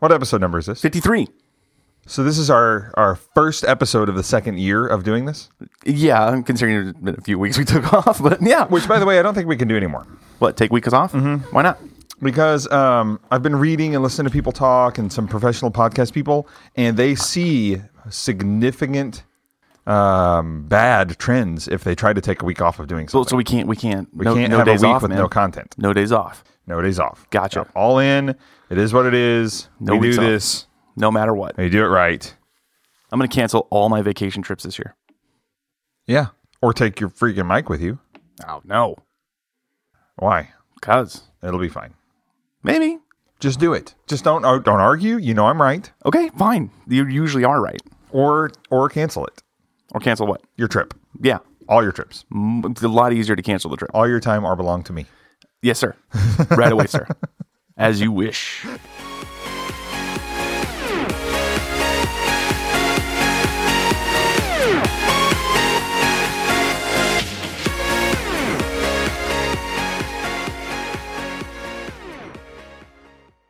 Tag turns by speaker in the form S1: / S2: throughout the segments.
S1: What episode number is this?
S2: 53.
S1: So this is our our first episode of the second year of doing this.
S2: Yeah, I'm considering it's been a few weeks we took off, but yeah.
S1: Which, by the way, I don't think we can do anymore
S2: What, take weeks off? Mm-hmm. Why not?
S1: because um, I've been reading and listening to people talk and some professional podcast people, and they see significant um, bad trends if they try to take a week off of doing
S2: So,
S1: something.
S2: so we can't, we can't,
S1: we can't have a week with no content.
S2: No days off,
S1: No days off.
S2: Gotcha.
S1: We're all in. It is what it is.
S2: No
S1: we
S2: weeks
S1: do
S2: off.
S1: this.
S2: no matter what.
S1: We do it right.
S2: I'm going to cancel all my vacation trips this year.
S1: Yeah. Or take your freaking mic with you.
S2: Oh, no.
S1: Why?
S2: Because
S1: It'll be fine.
S2: maybe.
S1: Just do it. Just don't oh, don't argue. You know I'm right.
S2: Okay, fine. You usually are right.
S1: Or or cancel it.
S2: Or cancel what?
S1: Your trip.
S2: Yeah.
S1: All your trips.
S2: M- It's a lot easier to cancel the trip.
S1: All your time are belong to me.
S2: Yes, sir. Right away, sir. As you wish.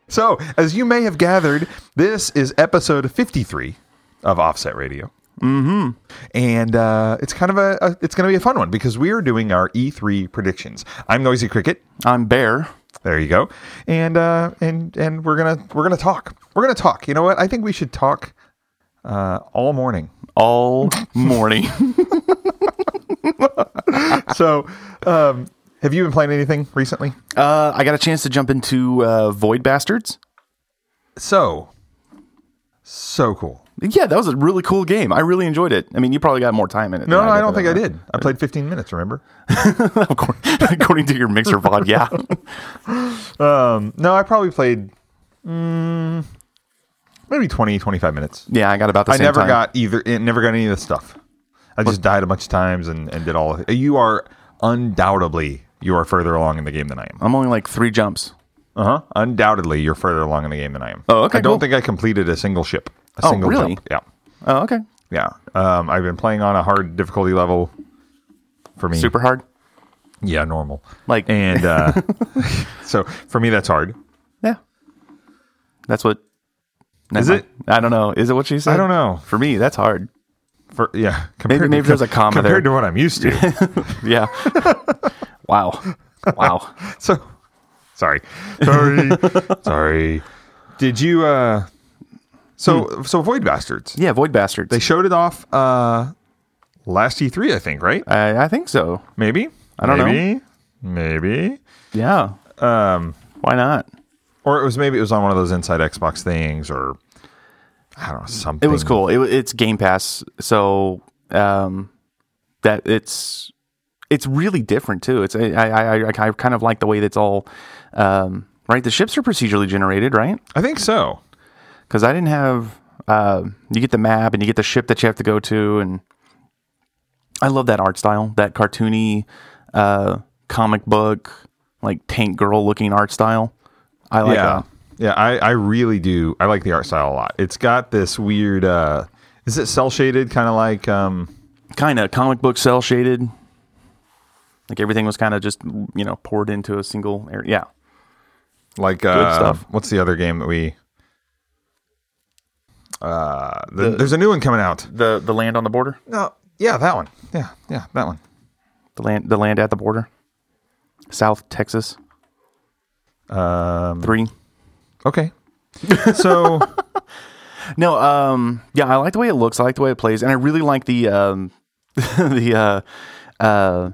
S1: So, as you may have gathered, this is episode 53 of Offset Radio. Mm-hmm. And uh, it's kind of a, a it's going to be a fun one because we are doing our E3 predictions. I'm Noisy Cricket.
S2: I'm Bear.
S1: There you go. And uh, and and we're gonna we're gonna talk. We're gonna talk. You know what? I think we should talk uh, all morning.
S2: all morning.
S1: so, um, have you been playing anything recently?
S2: uh, I got a chance to jump into uh, Void Bastards.
S1: So, so cool.
S2: Yeah, that was a really cool game. I really enjoyed it. I mean, you probably got more time in it.
S1: No,
S2: than
S1: I
S2: did,
S1: don't
S2: but,
S1: think I
S2: uh,
S1: did. I played 15 minutes. Remember?
S2: according, according to your mixer pod, yeah.
S1: Um, no, I probably played mm, maybe 20, 25 minutes.
S2: Yeah, I got about the
S1: I
S2: same
S1: never
S2: time.
S1: got either. It never got any of the stuff. I just died a bunch of times and, and did all. Of it. You are undoubtedly you are further along in the game than I am.
S2: I'm only like three jumps.
S1: Uh huh. Undoubtedly, you're further along in the game than I am.
S2: Uh-huh. Oh, okay,
S1: I don't
S2: cool.
S1: think I completed a single ship. A
S2: Oh,
S1: single
S2: really?
S1: jump. Yeah.
S2: Oh, okay.
S1: Yeah. Um, I've been playing on a hard difficulty level. For me,
S2: Super hard.
S1: Yeah, normal.
S2: Like-
S1: and uh, so for me, that's hard.
S2: Yeah. That's what.
S1: Is
S2: Never
S1: it?
S2: mind. I don't know. Is it what she said?
S1: I don't know.
S2: For me, that's hard.
S1: For yeah,
S2: Maybe,
S1: compared
S2: maybe
S1: to-
S2: there's a comma
S1: compared to
S2: there.
S1: what I'm used to.
S2: yeah. wow. Wow.
S1: So sorry. Sorry. sorry. Did you uh so
S2: Hmm.
S1: so Void Bastards.
S2: Yeah, Void Bastards.
S1: They showed it off uh last E3, I think, right?
S2: I, I think so.
S1: Maybe. I
S2: don't know.
S1: maybe, Maybe.
S2: Yeah. Um. Why not?
S1: Or it was maybe it was on one of those inside Xbox things or I don't know, something.
S2: It was cool. It, wa- it's Game Pass, so um, that it's it's really different too. It's I I, I, I kind of like the way that's all um, right. The ships are procedurally generated, right?
S1: I think so.
S2: Because I didn't have uh, you get the map and you get the ship that you have to go to, and I love that art style, that cartoony uh, comic book like tank girl looking art style. I like
S1: yeah.
S2: that.
S1: Yeah, I, I really do. I like the art style a lot. It's got this weird uh is it cell shaded kind of like um
S2: kind of comic book cell shaded. Like everything was kind of just you know poured into a single area. Yeah,
S1: like uh,
S2: stuff.
S1: What's the other game that we? Uh, the, there's a new one coming out.
S2: the the land on the border,
S1: No, yeah, that one. Yeah, yeah, that one.
S2: the land the land at the border, South Texas
S1: Um,
S2: three.
S1: okay. So
S2: No, um, yeah, I like the way it looks. I like the way it plays, and I really like the um, the uh, uh,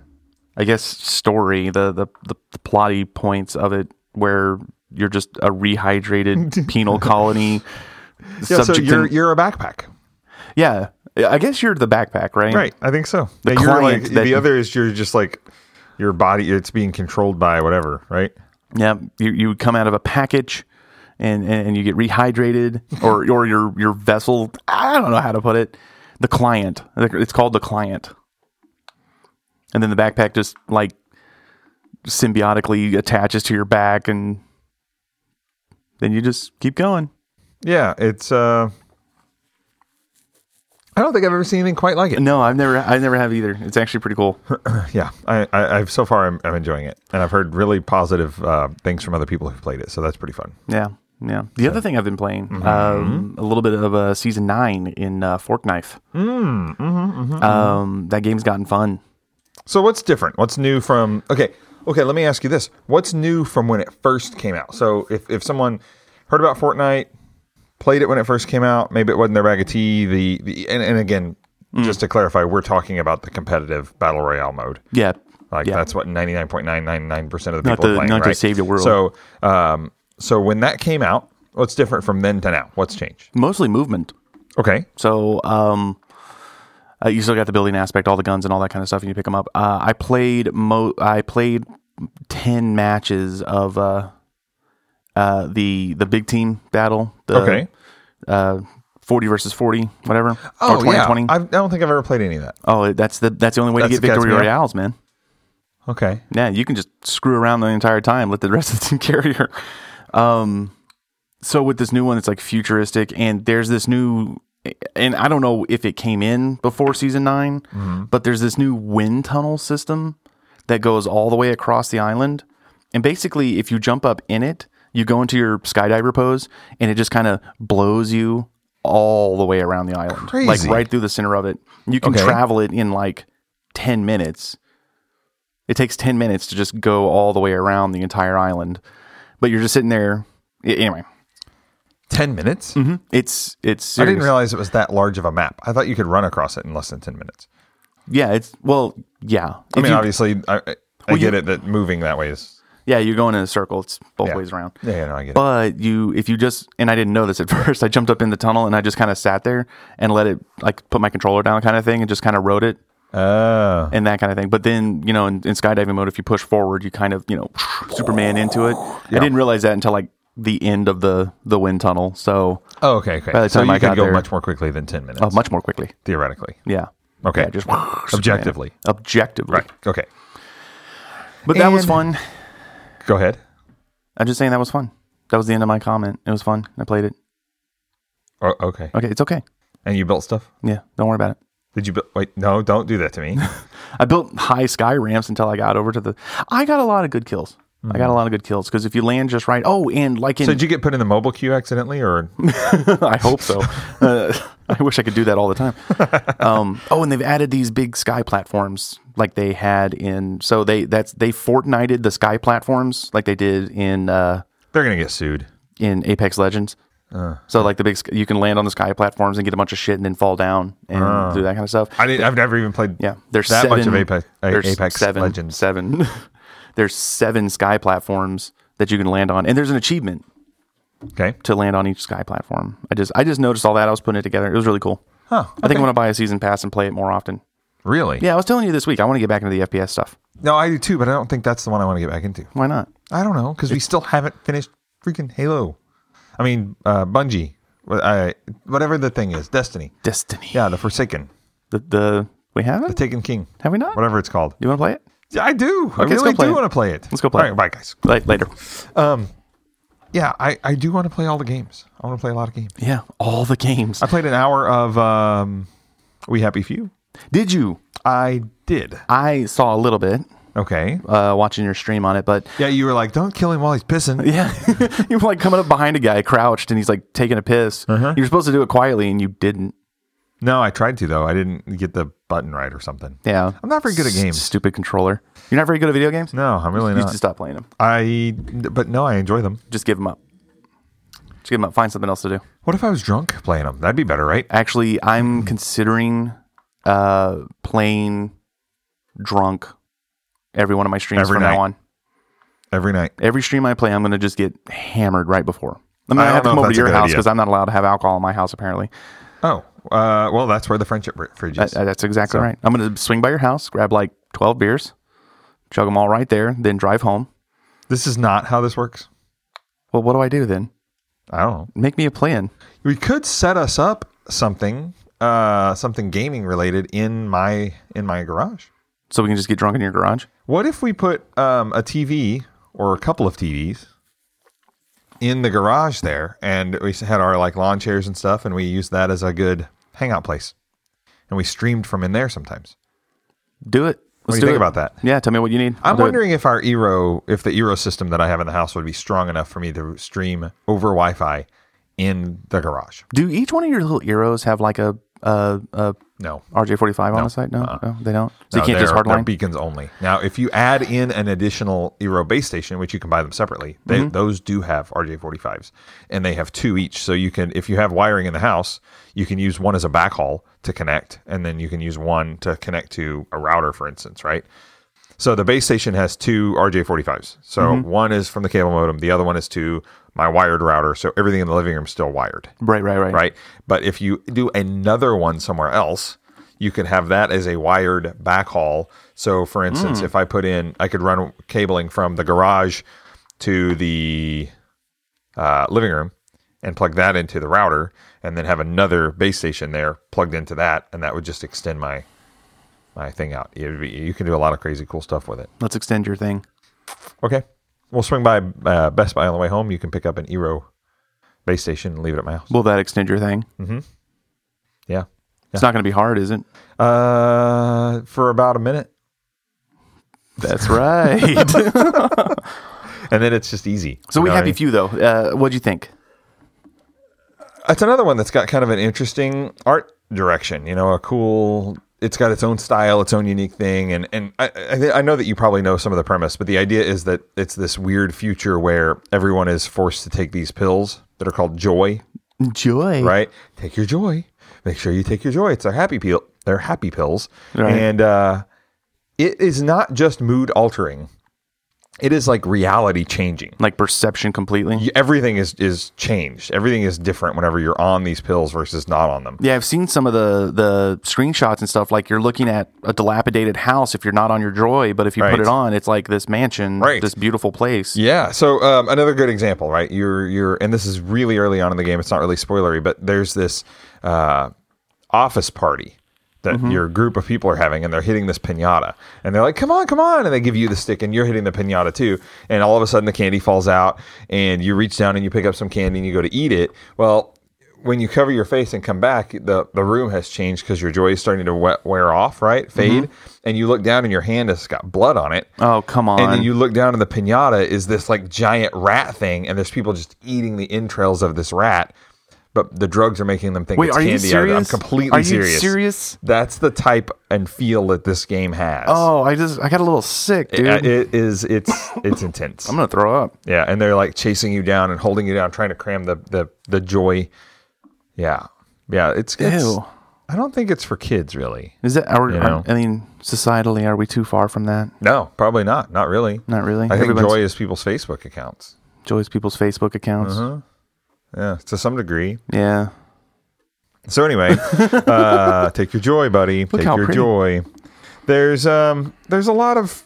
S2: I guess story, the the the, the plotty points of it, where you're just a rehydrated penal colony.
S1: yeah, so
S2: subject
S1: you're
S2: in-
S1: you're a backpack,
S2: yeah, I guess you're the backpack, right?
S1: right? I think so.
S2: The
S1: yeah, you're
S2: client
S1: like
S2: that-
S1: the other is you're just like your body. It's being controlled by whatever, right?
S2: Yeah, you, you come out of a package, and, and and you get rehydrated, or or your your vessel. I don't know how to put it. The client. It's called the client. And then the backpack just like symbiotically attaches to your back, and then you just keep going.
S1: Yeah, it's. uh I don't think I've ever seen anything quite like it.
S2: No, I've never I never have either. It's actually pretty cool.
S1: Yeah, I, I, I've so far I'm, I'm enjoying it, and I've heard really positive uh, things from other people who've played it, so that's pretty fun.
S2: Yeah. Yeah. The other thing I've been playing, um, a little bit of uh, season nine in uh, Fork Knife. Um, that game's gotten fun.
S1: So what's different? What's new from okay? Okay, let me ask you this: What's new from when it first came out? So if if someone heard about Fortnite, played it when it first came out, maybe it wasn't their bag of tea. The, the and, and again, just to clarify, we're talking about the competitive battle royale mode.
S2: Yeah.
S1: Like
S2: yeah.
S1: that's what ninety nine point nine nine nine percent of the people
S2: the-
S1: are playing.
S2: not to
S1: right?
S2: save the world.
S1: So um, so when that came out, what's different from then to now? What's changed?
S2: mostly movement.
S1: Okay,
S2: So um, uh, you still got the building aspect, all the guns and all that kind of stuff. And you pick them up. Uh, I played mo. I played ten matches of uh, uh, the the big team battle. The,
S1: Okay.
S2: Uh, forty versus forty, whatever.
S1: Oh
S2: or 20,
S1: yeah,
S2: 20.
S1: I I don't think I've ever played any of that.
S2: oh, that's the that's the only way
S1: That's
S2: to
S1: the
S2: get victory
S1: catch, yeah.
S2: royales, man.
S1: Okay,
S2: Yeah, you can just screw around the entire time. Let the rest of the team carry her. Um, so with this new one, it's like futuristic, and there's this new, and I don't know if it came in before season 9 but there's this new wind tunnel system that goes all the way across the island, and basically, if you jump up in it, you go into your skydiver pose, and it just kind of blows you all the way around the island, like
S1: Crazy.
S2: right through the center of it. You can
S1: Okay.
S2: travel it in like ten minutes. It takes 10 minutes to just go all the way around the entire island. But you're just sitting there. I- Anyway,
S1: ten minutes.
S2: it's it's
S1: I
S2: Mm-hmm. serious.
S1: didn't realize it was that large of a map. I thought you could run across it in less than ten minutes.
S2: yeah, it's well, yeah.
S1: I
S2: If
S1: mean,
S2: you-
S1: obviously, I, I, I
S2: Well,
S1: get
S2: you-
S1: it that moving that way is.
S2: yeah, you're going in a circle. It's both
S1: Yeah.
S2: ways around.
S1: Yeah, yeah, no, I get it.
S2: But you if you just and I didn't know this at first. I jumped up in the tunnel and I just kind of sat there and let it like put my controller down kind of thing and just kind of rode it
S1: Oh,
S2: and that kind of thing. But then, you know, in, in skydiving mode if you push forward, you kind of, you know, Superman into it. I didn't realize that until like the end of the the wind tunnel. So,
S1: oh okay, okay.
S2: By the
S1: so
S2: time
S1: you
S2: I
S1: could
S2: got
S1: go
S2: there-
S1: much more quickly than ten minutes,
S2: oh, much more quickly.
S1: theoretically.
S2: Yeah.
S1: Okay.
S2: Yeah, just
S1: Objectively.
S2: Objectively.
S1: Right. Okay.
S2: But that was
S1: And-
S2: fun.
S1: Go ahead.
S2: I'm just saying that was fun. That was the end of my comment. It was fun. I played it.
S1: Oh, okay.
S2: Okay, it's okay.
S1: And you built stuff?
S2: Yeah, don't worry about it.
S1: Did you build? Wait, no, don't do that to me.
S2: I built high sky ramps until I got over to the. I got a lot of good kills. I
S1: Mm-hmm.
S2: got a lot of good kills because if you land just right, oh, and like in,
S1: so did you get put in the mobile queue accidentally, or
S2: I hope so. Uh, I wish I could do that all the time. Um, oh, and they've added these big sky platforms like they had in. So they that's they Fortnited the sky platforms like they did in uh,
S1: they're gonna get sued?
S2: in Apex Legends.
S1: Uh.
S2: so like the big, sk- you can land on the sky platforms and get a bunch of shit and then fall down and do that kind of stuff.
S1: I didn't, I've never even played.
S2: yeah, there's
S1: Uh. that
S2: seven,
S1: much of Apex,
S2: there's
S1: Apex
S2: seven,
S1: Legends.
S2: Seven. there's seven sky platforms that you can land on, and there's an achievement
S1: Okay.
S2: to land on each sky platform. I just I just noticed all that. I was putting it together. It was really cool.
S1: Huh.
S2: I think
S1: okay.
S2: I'm gonna buy a season pass and play it more often.
S1: really.
S2: Yeah, I was telling you this week I want to get back into the FPS stuff.
S1: No, I do too, but I don't think that's the one I want to get back into.
S2: Why not?
S1: I don't know because we still haven't finished freaking Halo. I mean, uh, Bungie, Wh- I, whatever the thing is, Destiny.
S2: Destiny.
S1: Yeah, the Forsaken,
S2: The the we
S1: the
S2: haven't
S1: Taken King,
S2: have we not?
S1: whatever it's called.
S2: You want to play it?
S1: Yeah, I do. I
S2: Okay, let's go
S1: really
S2: play
S1: do
S2: it.
S1: want to play it.
S2: Let's go play
S1: All
S2: it.
S1: right, bye guys.
S2: La- later.
S1: Yeah, I, I do want to play all the games. I want to play a lot of games.
S2: Yeah, all the games.
S1: I played an hour of um, We Happy Few.
S2: Did you?
S1: I did.
S2: I saw a little bit
S1: Okay.
S2: uh, watching your stream on it, but
S1: Yeah, you were like, don't kill him while he's pissing.
S2: yeah, you were like coming up behind a guy crouched and he's like taking a piss.
S1: Uh-huh.
S2: You're supposed to do it quietly and you didn't.
S1: No, I tried to though. I didn't get the button right or something.
S2: Yeah,
S1: I'm not very good at games.
S2: Stupid controller. You're not very good at video games.
S1: No, I'm really
S2: you
S1: not.
S2: should stop playing them.
S1: I but no, I enjoy them.
S2: Just give them up. Just give them up. Find something else to do.
S1: What if I was drunk playing them? That'd be better, right?
S2: Actually,
S1: Hmm.
S2: I'm considering uh, playing drunk every one of my streams
S1: Every
S2: from
S1: night.
S2: now on.
S1: Every night.
S2: Every stream I play, I'm going to just get hammered right before. I mean,
S1: I
S2: I,
S1: don't
S2: have to come
S1: know if
S2: over
S1: that's
S2: to
S1: a
S2: your
S1: good
S2: house
S1: idea.
S2: because I'm not allowed to have alcohol in my house, apparently.
S1: Oh, uh, well, that's where the friendship fr- fridge is.
S2: Uh, that's exactly right. I'm going to swing by your house, grab like 12 beers, chug them all right there, then drive home.
S1: this is not how this works.
S2: Well, what do I do then?
S1: I don't know.
S2: Make me a plan.
S1: We could set us up something, uh, something gaming related in my in my garage.
S2: So we can just get drunk in your garage?
S1: What if we put um, a TV or a couple of TVs in the garage there, and we had our like lawn chairs and stuff, and we used that as a good hangout place, and we streamed from in there sometimes.
S2: Do it.
S1: What do you
S2: do
S1: think
S2: it.
S1: about that?
S2: Yeah, tell me what you need. I'll
S1: I'm
S2: do it.
S1: wondering if our Eero, if the Eero system that I have in the house would be strong enough for me to stream over Wi-Fi in the garage.
S2: Do each one of your little Eros have like a a, a
S1: No, Uh,
S2: RJ45 on the site? No, no, they don't. So
S1: No,
S2: you can't just
S1: they're- they're
S2: hardline.
S1: beacons only. Now, if you add in an additional Eero base station, which you can buy them separately, they,
S2: Mm-hmm.
S1: those do have RJ45s, and they have two each. So you can, if you have wiring in the house, you can use one as a backhaul to connect, and then you can use one to connect to a router, for instance, right? So the base station has two RJ45s. So
S2: Mm-hmm.
S1: one is from the cable modem, the other one is to my wired router. So everything in the living room is still wired
S2: right, right, right,
S1: right? But if you do another one somewhere else, you could have that as a wired backhaul. So, for instance, if I put in, I could run cabling from the garage to the uh, living room and plug that into the router, and then have another base station there plugged into that, and that would just extend my my thing out. It would be, you can do a lot of crazy cool stuff with it.
S2: Let's extend your thing.
S1: Okay, we'll swing by uh, Best Buy on the way home. You can pick up an Eero base station and leave it at my house.
S2: Will that extend your thing?
S1: Yeah.
S2: It's not going to be hard, is it?
S1: Uh, for about a minute,
S2: That's right.
S1: and then it's just easy.
S2: so
S1: You
S2: we
S1: know what I
S2: have a
S1: mean?
S2: few though. Uh, what'd you think?
S1: It's another one that's got kind of an interesting art direction. You know, a cool. It's got its own style, its own unique thing, and and I I, thi- I know that you probably know some of the premise, but the idea is that it's this weird future where everyone is forced to take these pills that are called joy,
S2: Joy.
S1: right? Take your joy. Make sure you take your joy. It's their happy pill. They're happy pills,
S2: Right.
S1: and uh, it is not just mood altering. It is like reality changing.
S2: Like perception completely.
S1: you- everything is is changed. Everything is different whenever you're on these pills versus not on them.
S2: Yeah, I've seen some of the the screenshots and stuff. Like you're looking at a dilapidated house if you're not on your joy, but if you
S1: Right.
S2: put it on, it's like this mansion,
S1: Right.
S2: this beautiful place.
S1: Yeah. So um, another good example, right? You're you're, and this is really early on in the game. It's not really spoilery, but there's this uh, office party that your group of people are having, and they're hitting this pinata, and they're like, "Come on, come on!" And they give you the stick, and you're hitting the pinata too. And all of a sudden, the candy falls out, and you reach down and you pick up some candy, and you go to eat it. Well. When you cover your face and come back, the, the room has changed because your joy is starting to we- wear off, right? Fade. And you look down and your hand has got blood on it.
S2: Oh come on!
S1: And then you look down and the pinata is this like giant rat thing, and there's people just eating the entrails of this rat. But the drugs are making them think
S2: Wait,
S1: it's
S2: are
S1: candy.
S2: you
S1: out of it.
S2: serious?
S1: I'm completely
S2: Are you
S1: serious.
S2: serious?
S1: That's the type and feel that this game has.
S2: oh, I just I got a little sick, dude.
S1: Uh, it is. It's it's intense.
S2: I'm gonna throw up.
S1: yeah, and they're like chasing you down and holding you down, trying to cram the the the joy. Yeah, yeah. It's, it's
S2: Ew.
S1: I don't think it's for kids, really.
S2: Is that our?
S1: know?
S2: I mean, societally, are we too far from that?
S1: No, probably not. Not really.
S2: Not really.
S1: I think
S2: Everybody's-
S1: joy is people's Facebook accounts.
S2: Joy's people's Facebook accounts.
S1: Uh-huh. Yeah, to some degree.
S2: Yeah.
S1: So anyway, uh, take your joy, buddy. take
S2: how
S1: your
S2: pretty.
S1: joy. There's um there's a lot of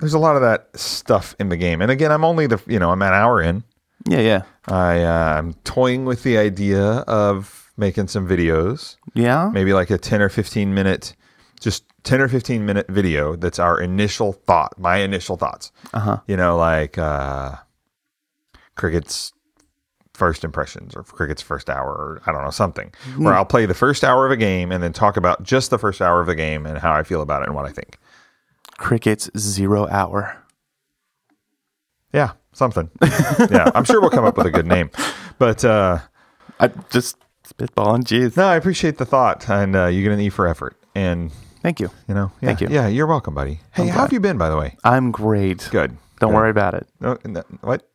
S1: there's a lot of that stuff in the game. And again, I'm only the you know I'm an hour in.
S2: Yeah, yeah.
S1: I uh, I'm toying with the idea of making some videos,
S2: Yeah.
S1: maybe like a 10 or 15 minute, just 10 or 15 minute video. That's our initial thought, my initial thoughts. Uh-huh. You know, like uh, crickets first impressions or cricket's first hour or I don't know something
S2: Hmm.
S1: where I'll play the first hour of a game and then talk about just the first hour of the game and how I feel about it and what I think.
S2: Crickets zero hour.
S1: Yeah, something. yeah, I'm sure we'll come up with a good name. But uh
S2: I just spitballing. Jeez.
S1: no, I appreciate the thought and uh, you get an E for effort and
S2: Thank you.
S1: you know, yeah,
S2: Thank you.
S1: Yeah, you're welcome, buddy. Hey, how have you been by the way?
S2: I'm great.
S1: Good.
S2: Don't
S1: Good.
S2: worry about it.
S1: No, no, what?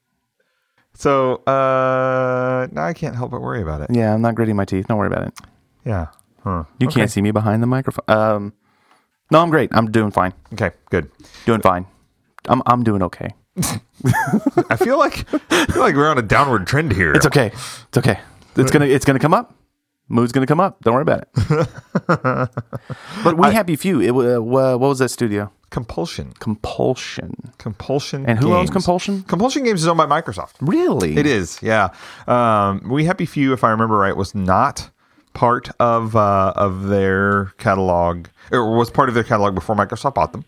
S1: So, uh no, I can't help but worry about it.
S2: Yeah, I'm not gritting my teeth. Don't worry about it.
S1: Yeah. Huh.
S2: You can't see me behind the microphone. Um, no, I'm great. I'm doing fine.
S1: Okay, good.
S2: Doing fine. I'm I'm doing okay.
S1: I feel like I feel like we're on a downward trend here.
S2: It's okay. It's okay. It's gonna it's gonna come up. Mood's gonna come up. Don't worry about it. but we happy few. It wa- wa- what was that studio?
S1: Compulsion.
S2: Compulsion.
S1: Compulsion.
S2: And who owns
S1: Games.
S2: Compulsion?
S1: Compulsion Games is owned by Microsoft.
S2: Really?
S1: It is, yeah. Um, we Happy Few, if I remember right, was not part of uh, of their catalog, or was part of their catalog before Microsoft bought them.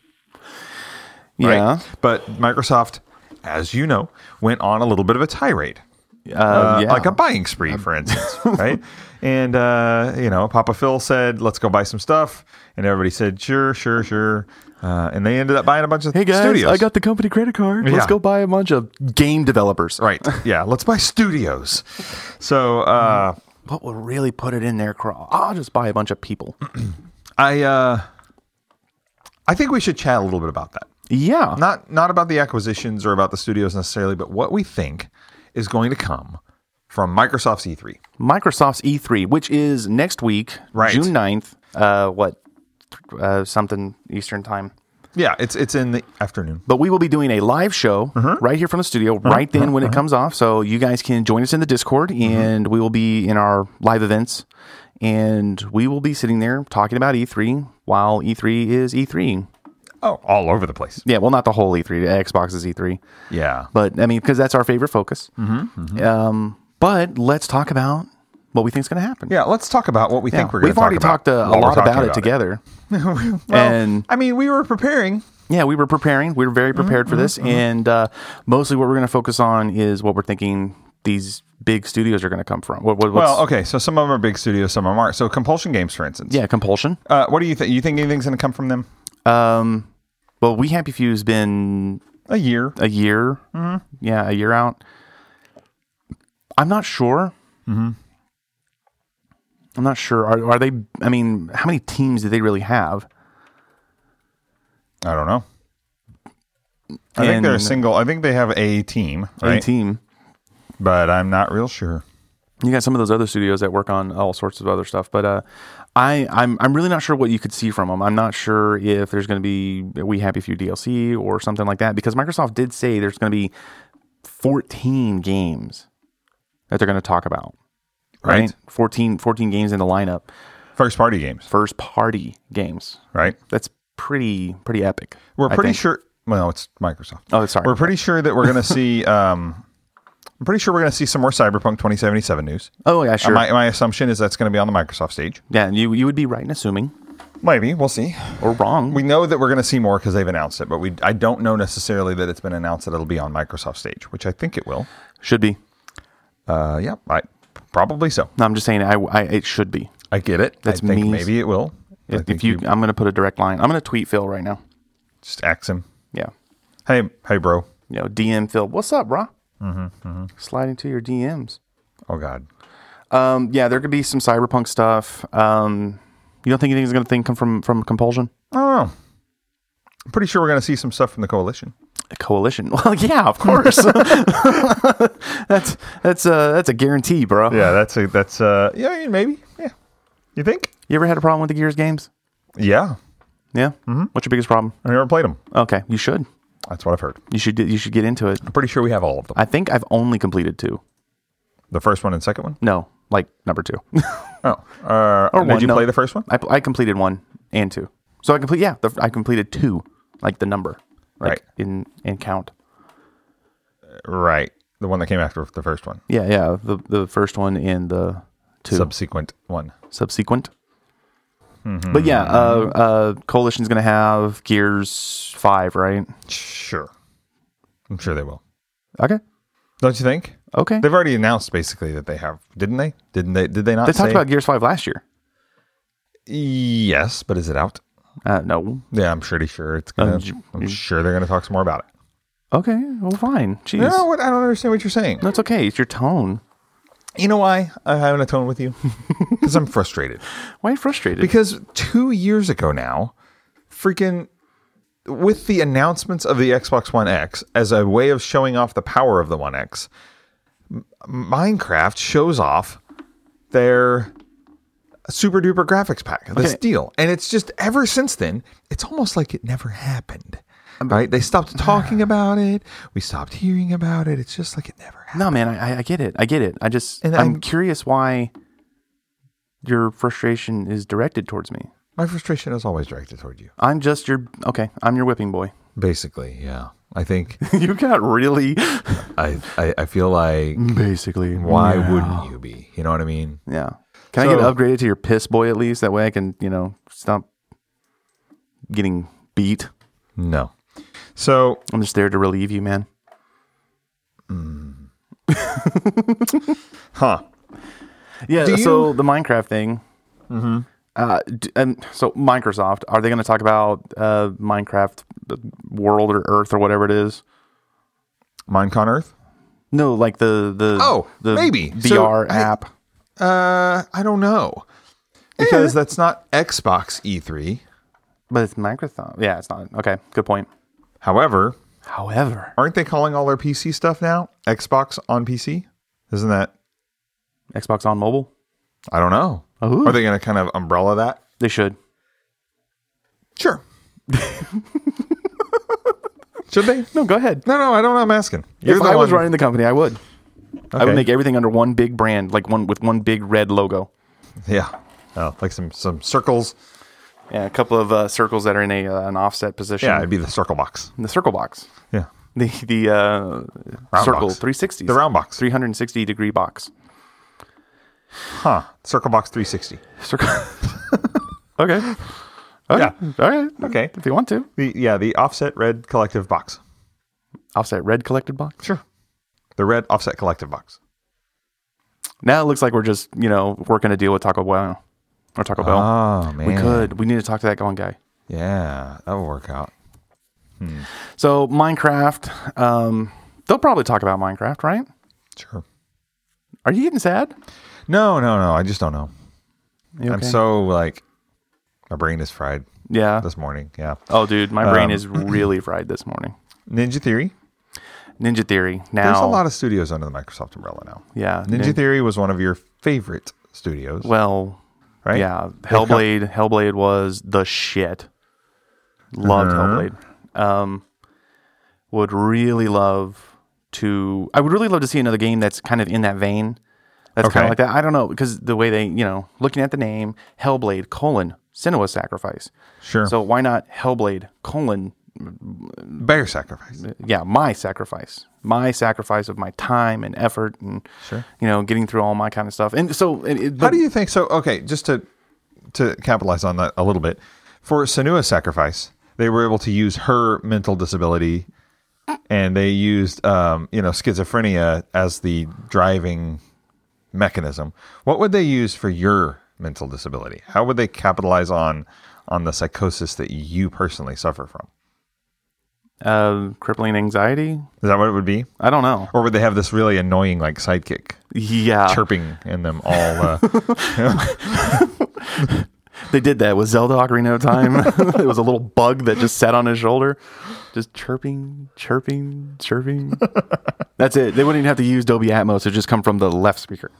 S1: right?
S2: Yeah.
S1: But Microsoft, as you know, went on a little bit of a tirade Uh,
S2: yeah.
S1: like a buying spree, for instance, right? And uh, you know, Papa Phil said, "Let's go buy some stuff," and everybody said, "Sure, sure, sure," uh, and they ended up buying a bunch of
S2: Hey guys,
S1: studios.
S2: I got the company credit card. Let's
S1: Yeah.
S2: go buy a bunch of game developers.
S1: right, yeah, let's buy studios. So uh,
S2: What will really put it in there, Crawl? I'll just buy a bunch of people.
S1: Mm. I, uh, I think we should chat a little bit about that.
S2: yeah.
S1: Not not about the acquisitions or about the studios necessarily, but what we think is going to come from Microsoft's E E3.
S2: Microsoft's E3, which is next week,
S1: Right.
S2: June 9th, uh, what, uh, something Eastern time.
S1: Yeah, it's it's in the afternoon.
S2: But we will be doing a live show
S1: Mm-hmm.
S2: right here from the studio right then when it comes off. So you guys can join us in the Discord
S1: Mm-hmm.
S2: and we will be in our live events and we will be sitting there talking about E3 while E3 is E3.
S1: Oh, all over the place.
S2: Yeah, well, not the whole E3, the Xbox is E3.
S1: Yeah.
S2: But I mean, because that's our favorite focus.
S1: Mm-hmm.
S2: Um, but let's talk about what we think is going to happen.
S1: Yeah, let's talk about what we think we're going to
S2: We've
S1: talk
S2: already
S1: about.
S2: talked uh, a, a
S1: while we're
S2: lot
S1: talking
S2: about it
S1: about
S2: together.
S1: Well,
S2: and-
S1: I mean, we were preparing.
S2: Yeah, we were preparing. We were very
S1: Mm-hmm,
S2: prepared for this, and uh, mostly what we're going to focus on is what we're thinking these big studios are going to come from. What, what, what's,
S1: Well, uh, okay, so some of them are big studios, some of them aren't. So Compulsion Games, for instance.
S2: yeah, compulsion.
S1: Uh, what do you think? You think anything's going to come from them?
S2: Um, well, we Happy Few has been
S1: A year.
S2: a year.
S1: Mm-hmm.
S2: Yeah, a year out. I'm not sure.
S1: Mm-hmm.
S2: I'm not sure. Are, are they? I mean, how many teams do they really have?
S1: I don't know. I think they're a
S2: And-
S1: single. I think they have a team,
S2: A
S1: right?
S2: team.
S1: But I'm not real sure.
S2: you got some of those other studios that work on all sorts of other stuff but uh i i'm, I'm really not sure what you could see from them i'm not sure if there's going to be uh, we happy few dlc or something like that because microsoft did say there's going to be 14 games that they're going to talk about right?
S1: Right.
S2: 14 14 games in the lineup
S1: First party games,
S2: first party games
S1: right?
S2: that's pretty pretty epic
S1: We're
S2: I
S1: pretty
S2: think.
S1: sure. Well, it's Microsoft.
S2: oh sorry
S1: We're pretty sure that we're going to see. Um, I'm pretty sure we're going to see some more Cyberpunk 2077 news.
S2: oh yeah sure
S1: My, my assumption is that's going to be on the Microsoft stage.
S2: yeah you you would be right in assuming
S1: Maybe we'll see.
S2: or wrong
S1: We know that we're going to see more because they've announced it, but we I don't know necessarily that it's been announced that it'll be on Microsoft stage, which I think it will.
S2: should be
S1: Uh, yeah, I probably so.
S2: no i'm just saying i, I it should be
S1: I get it.
S2: That's
S1: I think
S2: memes.
S1: maybe it will. I
S2: If,
S1: think
S2: if you, I'm going to put a direct line. I'm going to tweet Phil right now.
S1: just ax him,
S2: Yeah.
S1: hey, hey, bro.
S2: You know, DM Phil. What's up, brah? Mm-hmm, Slide into your DMs.
S1: Oh God,
S2: Um, yeah, there could be some cyberpunk stuff. Um, you don't think anything's going to thing come from from compulsion?
S1: oh, I'm pretty sure we're going to see some stuff from the coalition.
S2: A coalition? Well, yeah, of course. that's that's a that's a guarantee, bro.
S1: Yeah, that's a that's uh yeah I mean, maybe yeah. You think?
S2: You ever had a problem with the Gears games?
S1: Yeah,
S2: Yeah. Mm-hmm. What's your biggest problem?
S1: I never played them.
S2: Okay, you should
S1: That's what I've heard.
S2: you should you should get into it.
S1: I'm pretty sure we have all of them.
S2: I think I've only completed two.
S1: The first one and second one.
S2: No, like number two.
S1: Oh, uh, did
S2: one,
S1: you
S2: no.
S1: play the first one?
S2: I, I completed one and two. So I complete yeah, the, I completed two, like the number, like
S1: Right.
S2: in in count.
S1: Right, the one that came after the first one.
S2: Yeah, yeah, the the first one and the two
S1: Subsequent one.
S2: subsequent.
S1: Mm-hmm.
S2: But yeah, uh, uh, coalition's gonna have Gears Five, right?
S1: Sure. I'm sure they will.
S2: Okay,
S1: Don't you think?
S2: okay.
S1: They've already announced basically that they have, didn't they? Didn't they? Did they not?
S2: they talked
S1: say-
S2: about Gears Five last year.
S1: yes, but is it out?
S2: Uh, no.
S1: Yeah, I'm pretty sure it's gonna.
S2: Um, j-
S1: I'm sure they're gonna talk some more about it.
S2: Okay, well, fine. Jeez,
S1: No, what, I don't understand what you're saying.
S2: that's okay. It's your tone.
S1: You know why I'm having a tone with you? Because I'm frustrated.
S2: Why are you frustrated?
S1: Because two years ago now, freaking with the announcements of the Xbox One X as a way of showing off the power of the One X, M- Minecraft shows off their super duper graphics pack, this
S2: Okay.
S1: deal. And it's just ever since then, it's almost like it never happened. Right? They stopped talking about it. We stopped hearing about it. It's just like it never happened.
S2: No, man, I, I- I get it. I get it. I just,
S1: And
S2: I'm,
S1: I'm-
S2: curious why your frustration is directed towards me.
S1: My frustration is always directed toward you.
S2: I'm just your, okay, I'm your whipping boy.
S1: Basically, yeah. I think
S2: you got really,
S1: I, I I feel like
S2: basically,
S1: why wouldn't you be? You know what I mean?
S2: Yeah. Can I get
S1: So-
S2: upgraded to your piss boy at least? That way I can, you know, stop getting beat.
S1: No. So
S2: I'm just there to relieve you, man.
S1: Huh.
S2: Yeah.
S1: Do
S2: so
S1: you-
S2: the Minecraft thing. Mm-hmm. Uh, d- and so Microsoft, are they going to talk about uh, Minecraft the world or Earth or whatever it is?
S1: Minecon Earth?
S2: No, like the the
S1: Oh,
S2: the
S1: maybe. So
S2: VR
S1: I-
S2: app.
S1: Uh, I don't know. Because that's not Xbox E E3.
S2: But it's Microsoft. Yeah, it's not. Okay, good point.
S1: However,
S2: However,
S1: aren't they calling all their PC stuff now Xbox on PC? Isn't that?
S2: Xbox on mobile,
S1: I don't know.
S2: Ooh.
S1: Are they going to kind of umbrella that?
S2: they should.
S1: Sure. Should they?
S2: No, go ahead.
S1: No, no, I don't know. I'm asking.
S2: if I was running the company, I would. I
S1: Okay.
S2: would make everything under one big brand, like one with one big red logo.
S1: Yeah. Oh, like some some circles.
S2: Yeah, a couple of uh, circles that are in a uh, an offset position.
S1: Yeah, it'd be the circle box.
S2: the circle box,
S1: Yeah.
S2: the the uh, circle
S1: box.
S2: three sixty,
S1: The round box.
S2: three hundred and sixty degree box.
S1: Huh. Circle box 360.
S2: Circle. okay. Okay.
S1: Yeah.
S2: All right.
S1: Okay.
S2: If you want to
S1: The yeah, the offset red collective box.
S2: offset red collected box.
S1: Sure. The red offset collective box.
S2: Now it looks like we're just you know working a deal with Taco Bell or Taco Bell.
S1: Oh man.
S2: we could. We need to talk to that one guy.
S1: Yeah, that will work out.
S2: So Minecraft. Um, they'll probably talk about Minecraft, right?
S1: Sure.
S2: Are you getting sad?
S1: No, no, no. I just don't know.
S2: You
S1: I'm
S2: okay?
S1: so like my brain is fried
S2: yeah.
S1: this morning. Yeah.
S2: Oh, dude, my brain
S1: Um,
S2: is really fried this morning.
S1: Ninja Theory.
S2: Ninja Theory. Now,
S1: There's a lot of studios under the Microsoft umbrella now.
S2: yeah.
S1: Ninja
S2: nin-
S1: Theory was one of your favorite studios,
S2: Well,
S1: right?
S2: yeah. Hellblade. Hellblade was the shit. Loved
S1: Uh-huh.
S2: Hellblade. Um, would really love to. I would really love to see another game that's kind of in that vein. That's
S1: Okay.
S2: kind of like that. I don't know because the way they, you know, looking at the name Hellblade colon Cinema Sacrifice.
S1: Sure.
S2: So why not Hellblade colon
S1: Bear Sacrifice.
S2: yeah, my sacrifice, my sacrifice of my time and effort, and
S1: Sure.
S2: you know, getting through all my kind of stuff. And so, it, it,
S1: How
S2: but
S1: do you think so? Okay, just to to capitalize on that a little bit, for Senua's sacrifice, they were able to use her mental disability, and they used um, you know schizophrenia as the driving mechanism. What would they use for your mental disability? How would they capitalize on on the psychosis that you personally suffer from?
S2: uh, crippling anxiety.
S1: Is that what it would be,
S2: I don't know.
S1: or would they have this really annoying like sidekick
S2: Yeah,
S1: chirping in them all? Uh,
S2: they did that with Zelda Ocarina of Time. it was a little bug that just sat on his shoulder, just chirping, chirping, chirping. That's it. They wouldn't even have to use Dolby Atmos. It just come from the left speaker,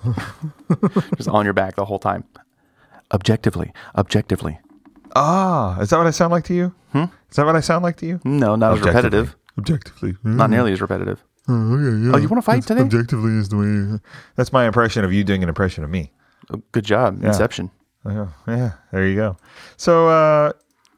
S2: just on your back the whole time. Objectively, objectively.
S1: Ah, is that what I sound like to you? Hmm? Is that what I sound like to you?
S2: No, not as repetitive.
S1: Objectively.
S2: Not nearly as repetitive. Oh, you want to fight today?
S1: Objectively is the way. That's my impression of you doing an impression of me.
S2: Oh, Good job, Inception.
S1: Oh, yeah, there you go. So, uh,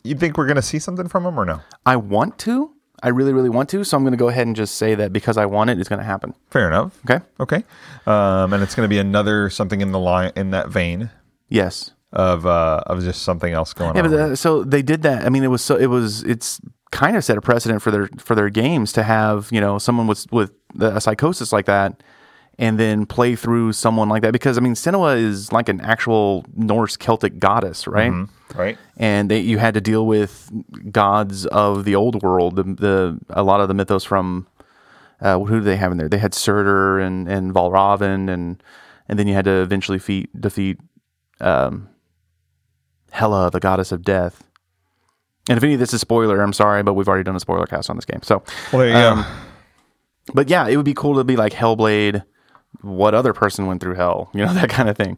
S1: you think we're going to see something from him or no?
S2: I want to. I really, really want to. So I'm going to go ahead and just say that because I want it, it's going to happen.
S1: Fair enough.
S2: Okay.
S1: Okay. Um, and it's going to be another something in the line in that vein
S2: Yes.
S1: of uh, of just something else going
S2: Yeah,
S1: on.
S2: but uh, so they did that. I mean, it was so it was it's kind of set a precedent for their for their games to have you know someone with with a psychosis like that, and then play through someone like that because I mean, Senua is like an actual Norse Celtic goddess, right?
S1: Mm-hmm. right?
S2: and they, you had to deal with gods of the old world. The, the a lot of the mythos from uh, who do they have in there? They had Surtur and and Valravn, and and then you had to eventually feat, defeat um, Hela, the goddess of death. And if any of this is spoiler, I'm sorry, but we've already done a spoiler cast on this game. So,
S1: Well, there you go.
S2: but yeah, it would be cool to be like Hellblade. What other person went through hell? You know that kind of thing.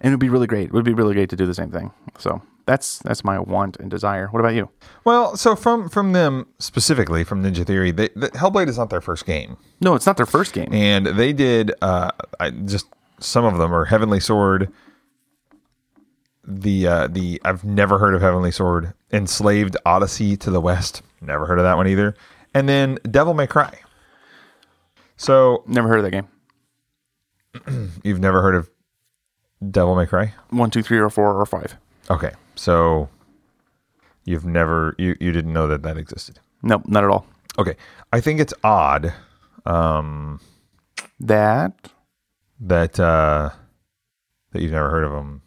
S2: And it would be really great. It would be really great to do the same thing. So that's that's my want and desire. What about you?
S1: Well, so from from them specifically from Ninja Theory, they, the, Hellblade is not their first game.
S2: No, it's not their first game.
S1: and they did uh I, just some of them are heavenly sword the uh the i've never heard of heavenly sword enslaved odyssey to the west never heard of that one either and then devil may cry so
S2: Never heard of that game.
S1: you've never heard of devil may cry
S2: One, two, three, or four, or five.
S1: okay so you've never you you didn't know that that existed
S2: No, not at all.
S1: okay i think it's odd um
S2: That
S1: that uh, that you've never heard of them.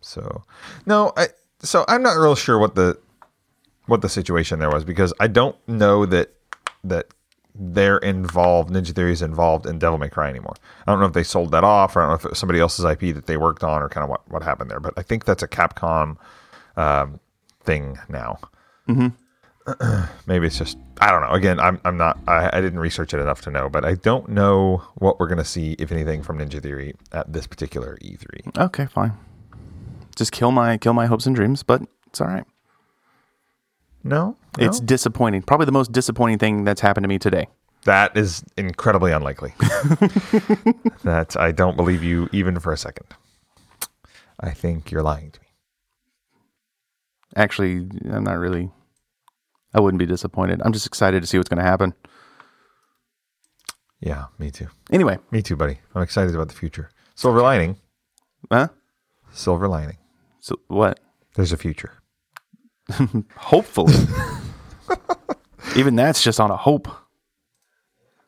S1: So no, I so I'm not real sure what the what the situation there was because I don't know that that they're involved. Ninja Theory is involved in Devil May Cry anymore. I don't know if they sold that off or I don't know if it was somebody else's IP that they worked on or kind of what what happened there. But I think that's a Capcom um, thing now. Maybe it's just I don't know. Again, I'm I'm not I, I didn't research it enough to know, but I don't know what we're gonna see if anything from Ninja Theory at this particular E E3.
S2: okay, fine. Just kill my kill my hopes and dreams, but it's all right.
S1: No, no?
S2: It's disappointing. Probably the most disappointing thing that's happened to me today.
S1: that is incredibly unlikely. that I don't believe you even for a second. I think you're lying to me.
S2: Actually, I'm not really. I wouldn't be disappointed. I'm just excited to see what's going to happen.
S1: Yeah, me too.
S2: Anyway,
S1: Me too, buddy. I'm excited about the future. Silver lining.
S2: huh?
S1: Silver lining.
S2: So what?
S1: There's a future.
S2: Hopefully. Even that's just on a hope.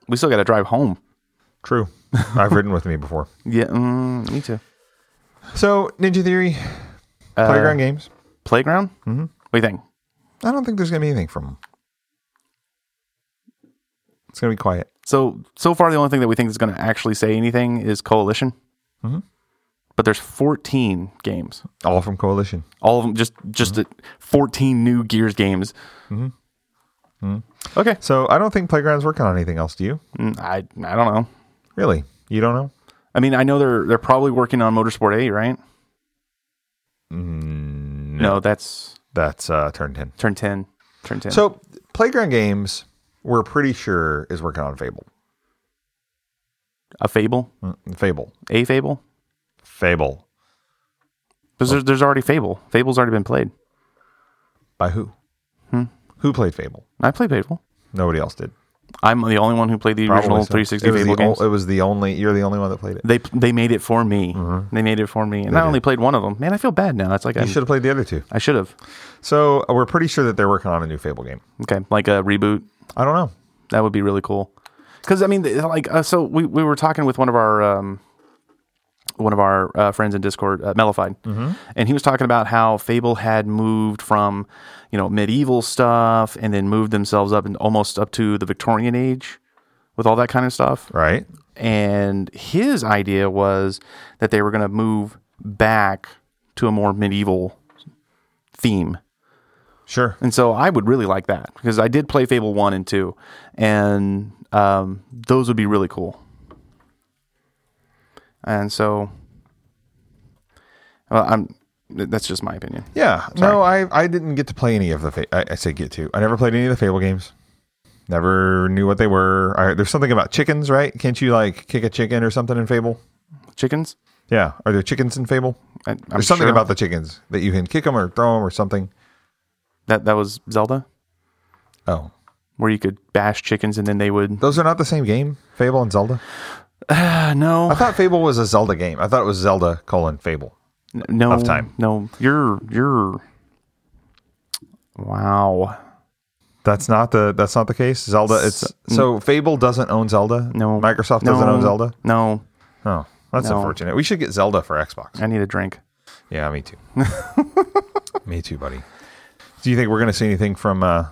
S2: We still got to drive home.
S1: True. I've ridden with me before.
S2: Yeah, mm, me too.
S1: So Ninja Theory, playground games.
S2: Uh, Playground? Mm-hmm. What do you think?
S1: I don't think there's gonna be anything from them. It's gonna be quiet.
S2: So so far, the only thing that we think is going to actually say anything is Coalition. Mm-hmm. But there's 14 games,
S1: All from Coalition.
S2: all of them just just the 14 new Gears games. Okay,
S1: So I don't think Playground's working on anything else. Do you?
S2: Mm, I I don't know.
S1: Really? You don't know?
S2: I mean, I know they're they're probably working on Motorsport 8, right? Mm, no. that's
S1: That's uh, turn ten.
S2: turn 10, turn 10.
S1: So Playground Games, we're pretty sure is working on Fable.
S2: a Fable,
S1: Mm, Fable.
S2: a Fable,
S1: Fable.
S2: because
S1: Oh.
S2: there's there's already Fable. Fable's already been played.
S1: By who?
S2: Hmm.
S1: Who played Fable?
S2: I played Fable.
S1: Nobody else did.
S2: I'm the only one who played the original
S1: Probably so.
S2: 360
S1: It was
S2: Fable
S1: the ol-
S2: games.
S1: it was the only. You're the only one that played it.
S2: they they made it for me. They made it for me, and I only played one of them. Man, I feel bad now. It's like I
S1: Mm-hmm. You should have played the other two.
S2: I should have.
S1: So uh, we're pretty sure that they're working on a new Fable game.
S2: Okay, like a reboot.
S1: I don't know.
S2: That would be really cool. Because I mean, th- like, uh, so we, we were talking with one of our um, one of our uh, friends in Discord, uh, Mellified, and he was talking about how Fable had moved from you know medieval stuff and then moved themselves up and almost up to the Victorian age with all that kind of stuff.
S1: Right?
S2: And his idea was that they were going to move back to a more medieval theme.
S1: Sure.
S2: And so I would really like that because I did play Fable 1 and 2, and um, those would be really cool. And so, well, I'm, that's just my opinion.
S1: Yeah. No, I I didn't get to play any of the. Fa- I, I say get to. I never played any of the Fable games. Never knew what they were. I, there's something about chickens, right? Can't you like kick a chicken or something in Fable?
S2: Chickens?
S1: Yeah. Are there chickens in Fable?
S2: I, I'm
S1: There's something
S2: sure
S1: about the chickens that you can kick them or throw them or something.
S2: that. That was Zelda,
S1: Oh,
S2: where you could bash chickens and then they would.
S1: those are not the same game. Fable and Zelda.
S2: Uh,
S1: I
S2: no,
S1: thought Fable was a Zelda game. I thought it was Zelda colon Fable.
S2: n- no,
S1: tough time.
S2: No, you're, you're. Wow.
S1: That's not the that's not the case. Zelda. It's so Fable doesn't own Zelda.
S2: No.
S1: Microsoft
S2: no,
S1: doesn't own Zelda.
S2: No,
S1: Oh, that's
S2: No.
S1: unfortunate. We should get Zelda for Xbox.
S2: I need a drink.
S1: Yeah, me too. me too, buddy. Do you think we're going to see anything from uh,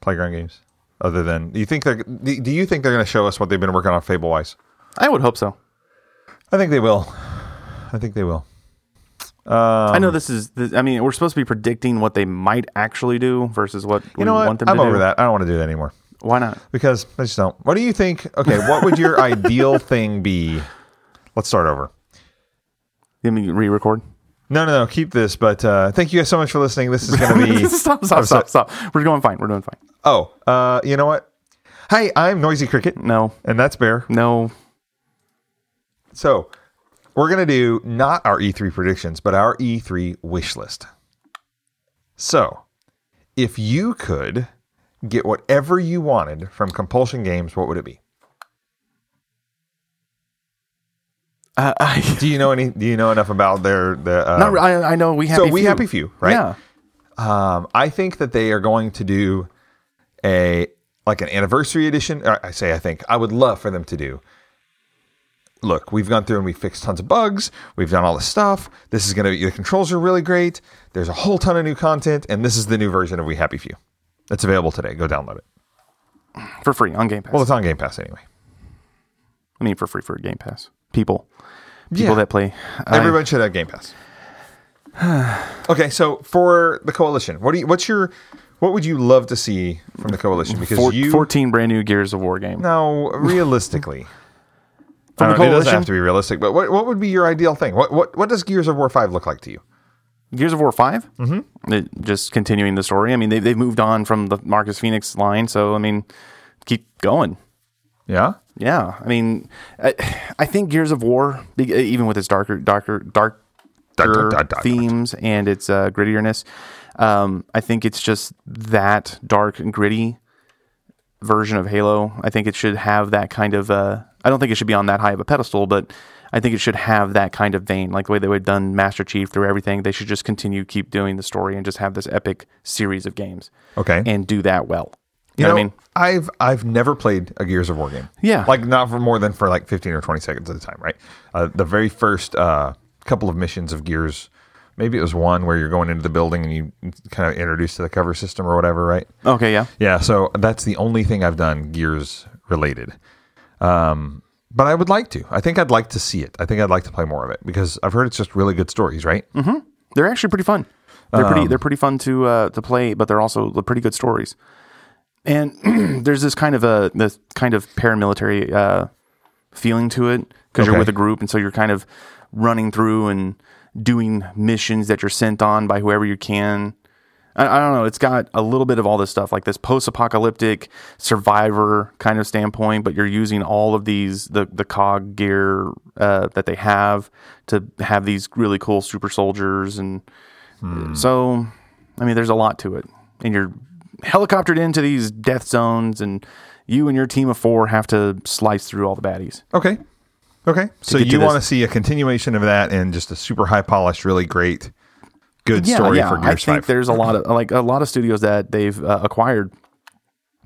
S1: Playground Games other than do you think they're do do you think they're going to show us what they've been working on Fable wise?
S2: I would hope so.
S1: I think they will. I think they will.
S2: I
S1: Um,
S2: know this is. th- I mean, we're supposed to be predicting what they might actually do versus what we
S1: You know
S2: want
S1: what?
S2: them
S1: I'm
S2: to
S1: over
S2: do.
S1: that. I don't want to do that anymore
S2: Why not?
S1: because I just don't. What do you think? Okay, what would your ideal thing be? Let's start over.
S2: Let me re-record.
S1: No, no, no. Keep this. But uh, thank you guys so much for listening. This is going to be
S2: stop! Stop! Stop! Stop! We're going fine. We're doing fine.
S1: oh, uh, you know what? Hi, I'm Noisy Cricket,
S2: No,
S1: and that's Bear.
S2: no.
S1: So we're gonna do not our E3 predictions, but our E3 wish list. So if you could get whatever you wanted from Compulsion Games, what would it be?
S2: Uh, I,
S1: Do you know any? Do you know enough about their the? Um,
S2: not, re- I, I know we happy.
S1: so we
S2: few.
S1: happy few, right?
S2: Yeah.
S1: Um, I think that they are going to do a like an anniversary edition. Or I say I think I would love for them to do look, we've gone through and we fixed tons of bugs. We've done all this stuff. This is going to be, the controls are really great. There's a whole ton of new content, and this is the new version of We Happy Few. That's available today. Go download it.
S2: for free on Game Pass.
S1: Well, it's on Game Pass anyway.
S2: I mean, for free for Game Pass. People, people that play. I-
S1: Everyone should have Game Pass. okay, so for the coalition, what do you? What's your? What would you love to see from the coalition? Because
S2: four-
S1: you
S2: 14 brand new Gears of War game.
S1: no, realistically, I don't
S2: From the
S1: know, it doesn't
S2: coalition,
S1: have to be realistic. But what, what would be your ideal thing? What what what does Gears of War Five look like to you?
S2: Gears of War 5 mm-hmm. it, just continuing the story. I mean, they they moved on from the Marcus Phoenix line, so I mean, keep going.
S1: Yeah,
S2: Yeah, I mean, I, I think Gears of War, be- even with its darker, darker, darker
S1: Darker, dark, dark,
S2: themes and its uh, grittiness, um, I think it's just that dark and gritty version of Halo. I think it should have that kind of. Uh, I don't think it should be on that high of a pedestal, but I think it should have that kind of vein, like the way they would done Master Chief through everything. They should just continue keep doing the story and just have this epic series of games
S1: okay.
S2: and do that well.
S1: you
S2: You know,
S1: know,
S2: what I mean?
S1: I've I've never played a Gears of War game.
S2: Yeah.
S1: like not for more than for like fifteen or twenty seconds at a time. Right, uh, the very first uh, couple of missions of Gears, maybe it was one where you're going into the building and you kind of introduced to the cover system or whatever. Right.
S2: Okay, yeah.
S1: Yeah, so that's the only thing I've done Gears related. Um, but I would like to. I think I'd like to see it. I think I'd like to play more of it because I've heard it's just really good stories, right?
S2: Mm. They're actually pretty fun. They're pretty. They're pretty fun to uh, to play, but they're also pretty good stories. And there's this kind of a this kind of paramilitary uh, feeling to it because
S1: Okay.
S2: you're with a group, and so you're kind of running through and doing missions that you're sent on by whoever you can. I, I don't know. It's got a little bit of all this stuff, like this post-apocalyptic survivor kind of standpoint, but you're using all of these the the cog gear uh, that they have to have these really cool super soldiers, and so I mean, there's a lot to it, and you're helicoptered into these death zones, and you and your team of four have to slice through all the baddies.
S1: Okay. Okay. So
S2: get to
S1: you
S2: this-
S1: want to see a continuation of that and just a super high polished, really great, good story for
S2: I
S1: Gears
S2: think
S1: 5.
S2: there's a lot of like a lot of studios that they've uh, acquired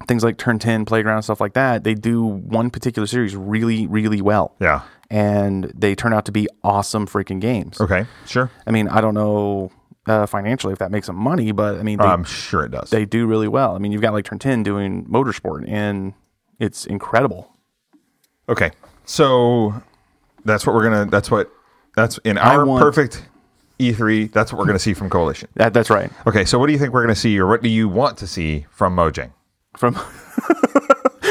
S2: things like Turn 10, Playground, stuff like that. They do one particular series really, really well.
S1: Yeah.
S2: and they turn out to be awesome freaking games.
S1: Okay. Sure.
S2: I mean, I don't know uh, financially if that makes them money, but I mean, they,
S1: I'm sure it does.
S2: they do really well. I mean, you've got like Turn 10 doing motorsport, and it's incredible.
S1: Okay. So that's what we're going to, that's what, that's in our
S2: want-
S1: perfect E3, that's what we're going to see from Coalition.
S2: That, that's right.
S1: Okay. So what do you think we're going to see or what do you want to see from Mojang?
S2: From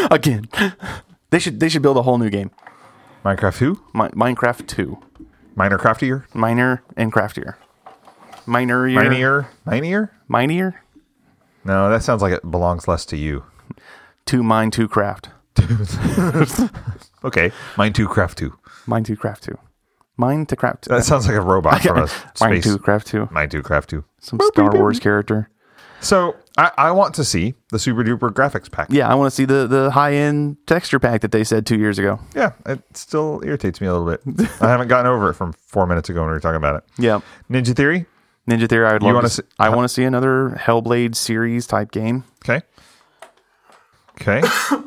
S2: again, they should they should build a whole new game,
S1: Minecraft who?
S2: Mi- Minecraft 2,
S1: Minor craftier?
S2: Miner and Craftier, Minerier,
S1: Minier? Minier?
S2: Minier,
S1: No, that sounds like it belongs less to you.
S2: two mine two craft,
S1: Okay. Mine too, craft too.
S2: mine two craft two, mine to craft.
S1: That sounds like a robot from a
S2: Mine
S1: space.
S2: two craft two,
S1: Mine too, craft too.
S2: some Star Wars character.
S1: So I, I want to see the super duper graphics pack.
S2: Yeah, I want to see the the high end texture pack that they said two years ago.
S1: Yeah, it still irritates me a little bit. I haven't gotten over it from four minutes ago when we were talking about it.
S2: Yeah,
S1: Ninja Theory.
S2: Ninja Theory. I would love.
S1: wanna
S2: To,
S1: see-
S2: see, I want to see another Hellblade series type game.
S1: Okay. Okay.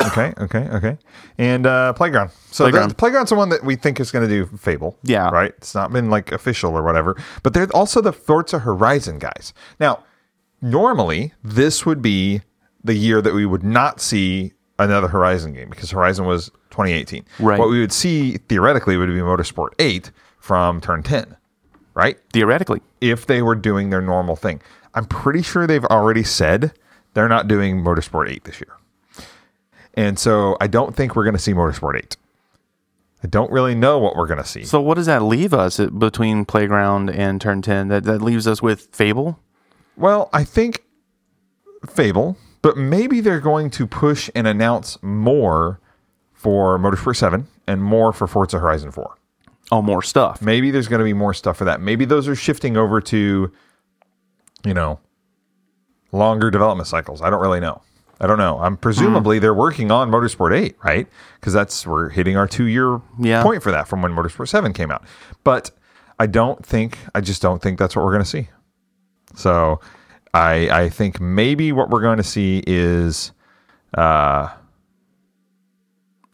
S1: okay. Okay. Okay. And uh, Playground. So the-
S2: Playground.
S1: the Playground's the one that we think is going to do Fable.
S2: Yeah.
S1: Right? It's not been like official or whatever. But they're also the Forza Horizon guys. Now, normally, this would be the year that we would not see another Horizon game because Horizon was 2018.
S2: Right.
S1: What we would see theoretically would be Motorsport 8 from Turn 10. Right?
S2: Theoretically,
S1: if they were doing their normal thing. I'm pretty sure they've already said they're not doing Motorsport 8 this year. And so I don't think we're going to see Motorsport 8. I don't really know what we're going to see.
S2: so what does that leave us at- between Playground and Turn Ten? That that leaves us with Fable.
S1: Well, I think Fable, but maybe they're going to push and announce more for Motorsport 7 and more for Forza Horizon 4.
S2: Oh, more stuff.
S1: Maybe there's going to be more stuff for that. Maybe those are shifting over to, you know, longer development cycles. I don't really know. I don't know. I'm presumably they're working on Motorsport 8, right? Because that's we're hitting our two year
S2: Yeah.
S1: point for that from when Motorsport 7 came out. But I don't think I just don't think that's what we're going to see. So I I think maybe what we're going to see is uh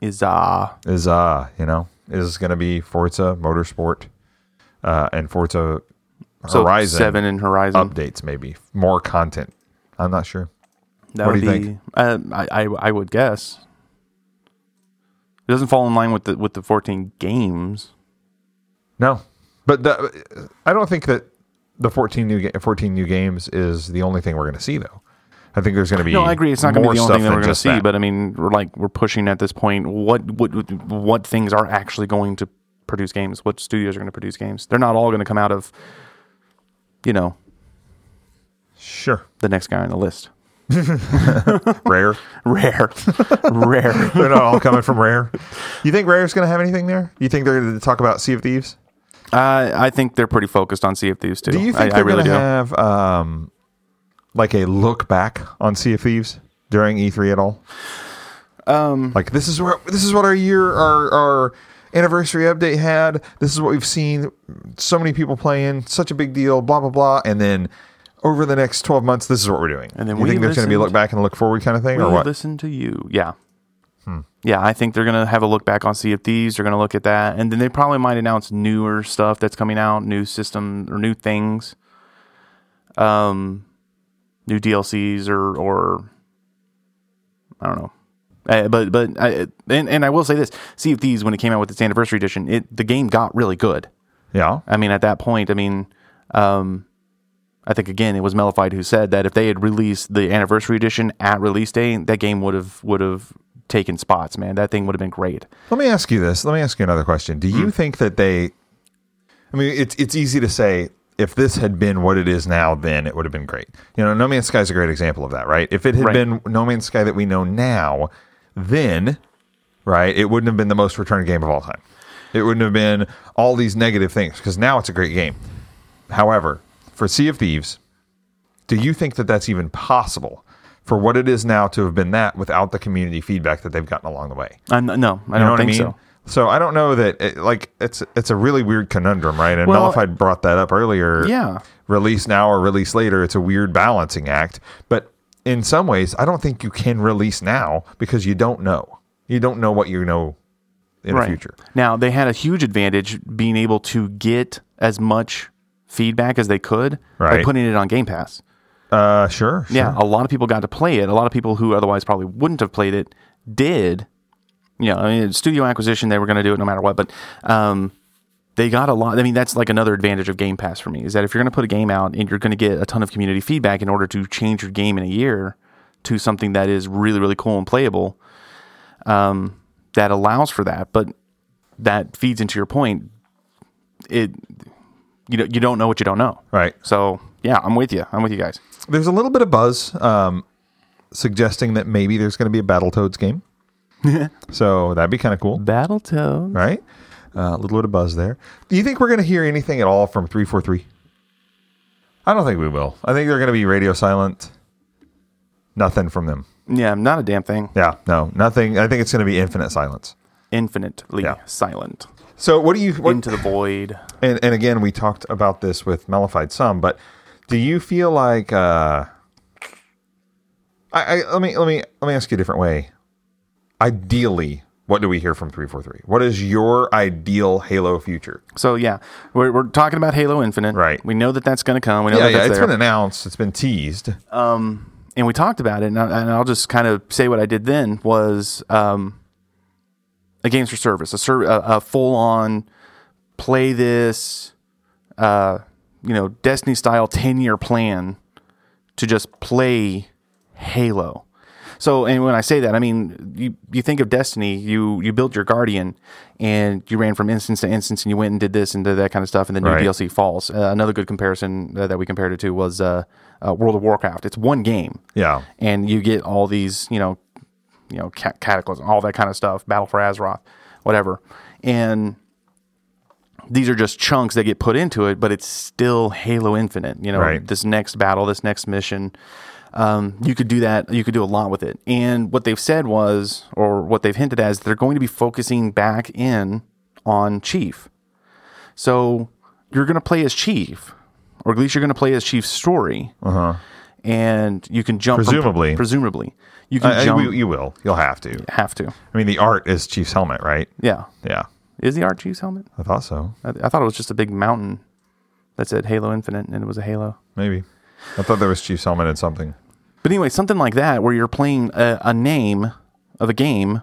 S2: Is uh
S1: is uh you know is going to be Forza Motorsport uh, and Forza
S2: So
S1: Horizon
S2: seven and Horizon.
S1: updates, maybe more content. I'm not sure.
S2: That
S1: What
S2: would
S1: do you
S2: be,
S1: think?
S2: Uh, I, I I would guess. It doesn't fall in line with the with the fourteen games.
S1: No, but the, I don't think that the 14 new ga- 14 new games is the only thing we're going to see though. I think there's going to be
S2: No, I agree. It's not going to
S1: more
S2: be the only
S1: stuff
S2: thing that
S1: than
S2: we're going to
S1: just
S2: see.
S1: that.
S2: But I mean, we're like we're pushing at this point. What what what things are actually going to produce games? What studios are going to produce games? They're not all going to come out of, you know,
S1: sure,
S2: the next guy on the list.
S1: rare.
S2: Rare, rare.
S1: they're not all coming from Rare. You think Rare's going to have anything there? You think they're going to talk about Sea of Thieves?
S2: I Uh, I think they're pretty focused on Sea of Thieves too.
S1: Do you
S2: I,
S1: think
S2: I
S1: they're
S2: really
S1: going to
S2: do.
S1: have um, like a look back on Sea of Thieves during E3 at all? Um, like this is where this is what our year our our anniversary update had. This is what we've seen. So many people playing, such a big deal. Blah blah blah, and then. Over the next twelve months, this is what we're doing.
S2: And then
S1: you
S2: we
S1: think there's going to be a look
S2: listened-
S1: back and a look forward kind of thing,
S2: we
S1: or what?
S2: listen to you. Yeah. Yeah, I think they're gonna have a look back on Sea of Thieves. They're gonna look at that, and then they probably might announce newer stuff that's coming out, new system or new things, um, new DLCs or or I don't know. Uh, but but I, and and I will say this: Sea of Thieves, when it came out with its anniversary edition, it the game got really good.
S1: yeah,
S2: I mean, at that point, I mean, um, I think again it was Melified who said that if they had released the anniversary edition at release day, that game would have would have taken spots. Man, that thing would have been great.
S1: Let me ask you this. Let me ask you another question. Do you think that they I mean it's it's easy to say if this had been what it is now, then it would have been great. You know, No Man's Sky is a great example of that, right? If it had
S2: Right.
S1: been No Man's Sky that we know now, then right, it wouldn't have been the most returned game of all time. It wouldn't have been all these negative things because now it's a great game. However, for Sea of Thieves, do you think that that's even possible for what it is now to have been that without the community feedback that they've gotten along the way?
S2: i no, I
S1: You
S2: don't
S1: know what
S2: think
S1: I mean?
S2: so.
S1: So. I don't know that it, like it's it's a really weird conundrum, right? And
S2: Well-
S1: Nullified brought that up earlier.
S2: Yeah.
S1: Release now or release later, it's a weird balancing act. But in some ways, I don't think you can release now because you don't know. You don't know what you know in the future.
S2: Now they had a huge advantage being able to get as much feedback as they could by
S1: Right.
S2: putting it on Game Pass.
S1: Uh sure. sure.
S2: Yeah, a lot of people got to play it. A lot of people who otherwise probably wouldn't have played it did. You know, I mean, studio acquisition, they were going to do it no matter what. But um, they got a lot. I mean, that's like another advantage of Game Pass for me is that if you're going to put a game out and you're going to get a ton of community feedback in order to change your game in a year to something that is really, really cool and playable, um, that allows for that. But that feeds into your point. It, you know, you don't know what you don't know.
S1: Right.
S2: So yeah, I'm with you. I'm with you guys.
S1: There's a little bit of buzz um, suggesting that maybe there's going to be a Battletoads game. so that'd be kind of cool.
S2: Battletoads.
S1: right? Uh, a little bit of buzz there. Do you think we're going to hear anything at all from 343? I don't think we will. I think they're going to be radio silent. Nothing from them.
S2: Yeah, not a damn thing.
S1: Yeah, no, nothing. I think it's going to be infinite silence.
S2: Infinitely
S1: Yeah.
S2: silent.
S1: So, what do you, what,
S2: Into the void.
S1: and, and again, we talked about this with Mellified some, but do you feel like, uh, I, I let me let me let me ask you a different way. Ideally, what do we hear from 343? What is your ideal Halo future?
S2: So yeah, we're, we're talking about Halo Infinite.
S1: Right.
S2: We know that that's going to come. We know
S1: Yeah,
S2: that
S1: yeah,
S2: that's
S1: it's
S2: there.
S1: been announced, it's been teased.
S2: and we talked about it, and, I, and I'll just kind of say what I did then was um, a games for service, a, ser- a, a full on play this, uh, you know, Destiny style ten year plan to just play Halo. So, and when I say that, I mean you, you think of Destiny, you you built your Guardian, and you ran from instance to instance, and you went and did this and did that kind of stuff, and then your
S1: Right.
S2: DLC falls. Uh, another good comparison uh, that we compared it to was uh, uh, World of Warcraft. It's one game,
S1: Yeah.
S2: and you get all these, you know, you know, ca- cataclysm, all that kind of stuff, Battle for Azeroth, whatever, and these are just chunks that get put into it, but it's still Halo Infinite. You know,
S1: Right.
S2: this next battle, this next mission, um, you could do that. You could do a lot with it. And what they've said was, or what they've hinted as, they're going to be focusing back in on Chief. So you're going to play as Chief, or at least you're going to play as Chief's story. And you can jump from-
S1: Uh-huh. Presumably.
S2: presumably, you can
S1: I, I-
S2: jump.
S1: we- you will. You'll have to.
S2: have to,
S1: I mean, the art is Chief's helmet, right?
S2: yeah.
S1: Yeah.
S2: Is the Art Jeeves helmet?
S1: I thought so.
S2: I, I thought it was just a big mountain that said Halo Infinite, and it was a Halo.
S1: Maybe. I thought there was Chiefs helmet and something.
S2: But anyway, something like that where you're playing a, a name of a game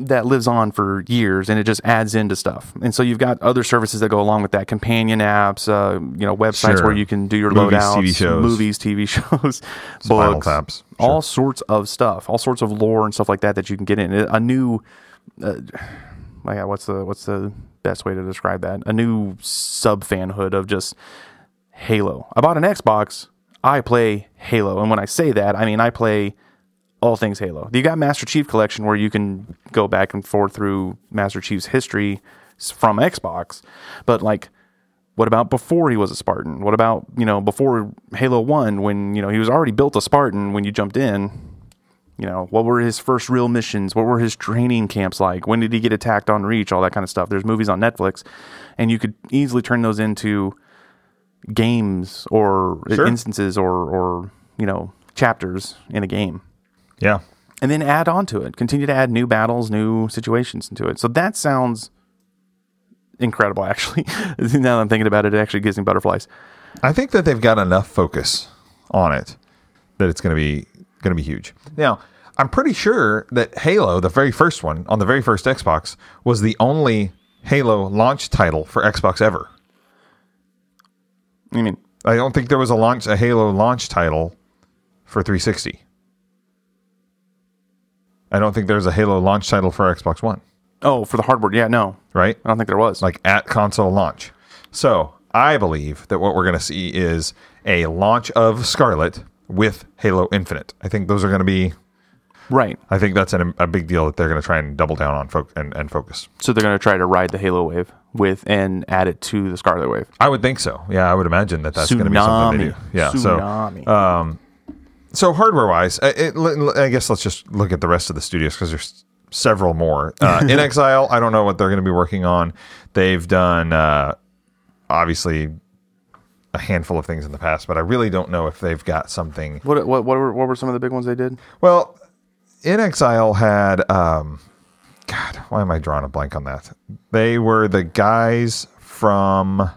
S2: that lives on for years and it just adds into stuff. And so you've got other services that go along with that, companion apps, uh, you know, websites
S1: Sure.
S2: where you can do your
S1: Movies,
S2: loadouts,
S1: TV shows.
S2: movies, TV shows,
S1: Spinal
S2: books,
S1: Taps, sure.
S2: all sorts of stuff, all sorts of lore and stuff like that that you can get in. A new uh, my God, what's the what's the best way to describe that? A new sub fanhood of just Halo. I bought an Xbox. I play Halo, and when I say that, I mean I play all things Halo. You got Master Chief Collection where you can go back and forth through Master Chief's history s- from Xbox, but like. What about before he was a Spartan? What about, you know, before Halo 1 when, you know, he was already built a Spartan when you jumped in? you know what were his first real missions what were his training camps like when did he get attacked on reach all that kind of stuff there's movies on netflix and you could easily turn those into games or
S1: Sure.
S2: instances or or you know chapters in a game
S1: Yeah.
S2: and then add on to it continue to add new battles new situations into it so that sounds incredible actually now that i'm thinking about it it actually gives me butterflies
S1: I think that they've got enough focus on it that it's going to be going to be huge. Now, I'm pretty sure that Halo, the very first one on the very first Xbox, was the only Halo launch title for Xbox ever.
S2: i mean
S1: I don't think there was a launch a Halo launch title for 360. I don't think there's a Halo launch title for Xbox One,
S2: oh for the hardware yeah no
S1: right?
S2: i don't think there was
S1: like at console launch. So I believe that what we're going to see is a launch of Scarlet with Halo Infinite. I think those are going to be.
S2: right
S1: I think that's an, a big deal that they're going to try and double down on fo- and, and focus.
S2: So they're going to try to ride the Halo wave with and add it to the Scarlet wave.
S1: I would think so. Yeah, I would imagine that that's going to be something they do.
S2: Tsunami.
S1: Yeah.
S2: Tsunami.
S1: So, um, so hardware wise, I, it, l- l- I guess let's just look at the rest of the studios because there's several more. Uh, In Exile, I don't know what they're going to be working on. They've done uh, obviously a handful of things in the past, but I really don't know if they've got something
S2: What what what were, what were some of the big ones they did?
S1: well, In Exile had um God, why am I drawing a blank on that? They were the guys from Uh,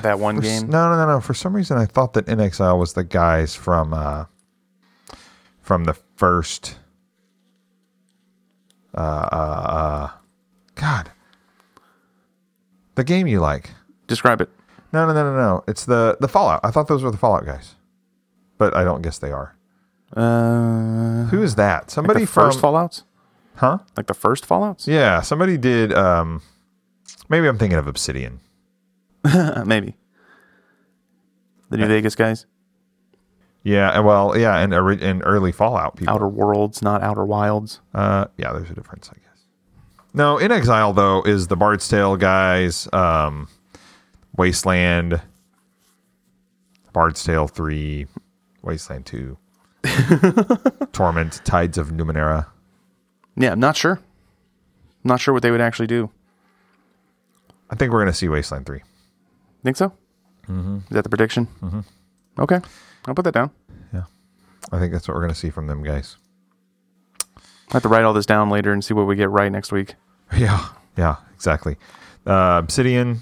S2: That one
S1: s-
S2: game.
S1: No, no, no, no. For some reason I thought that In Exile was the guys from uh from the first uh uh, uh God. The game you like.
S2: Describe it.
S1: No, no, no, no, no. It's the the Fallout. I thought those were the Fallout guys. But I don't guess they are.
S2: Uh,
S1: Who is that? Somebody
S2: the
S1: from
S2: first Fallout's,
S1: Huh?
S2: like the first Fallout's.
S1: Yeah, somebody did. Um, maybe I'm thinking of Obsidian.
S2: Uh, maybe. The New
S1: Uh,
S2: Vegas guys,
S1: Yeah, and- well, yeah, and, ori- and early Fallout people.
S2: Outer Worlds, not Outer Wilds.
S1: Uh, yeah, there's a difference, I guess. No, In Exile though is the Bard's Tale guys, um, Wasteland, Bard's Tale three, Wasteland two, Torment, Tides of Numenera.
S2: Yeah, I'm not sure. Not sure what they would actually do.
S1: I think we're gonna see Wasteland three.
S2: Think so? Mm-hmm. Is that the prediction? Mm-hmm. Okay, I'll put that down.
S1: I think that's what we're gonna see from them guys.
S2: I have to write all this down later and see what we get right next week.
S1: Yeah, yeah, exactly. Uh, Obsidian.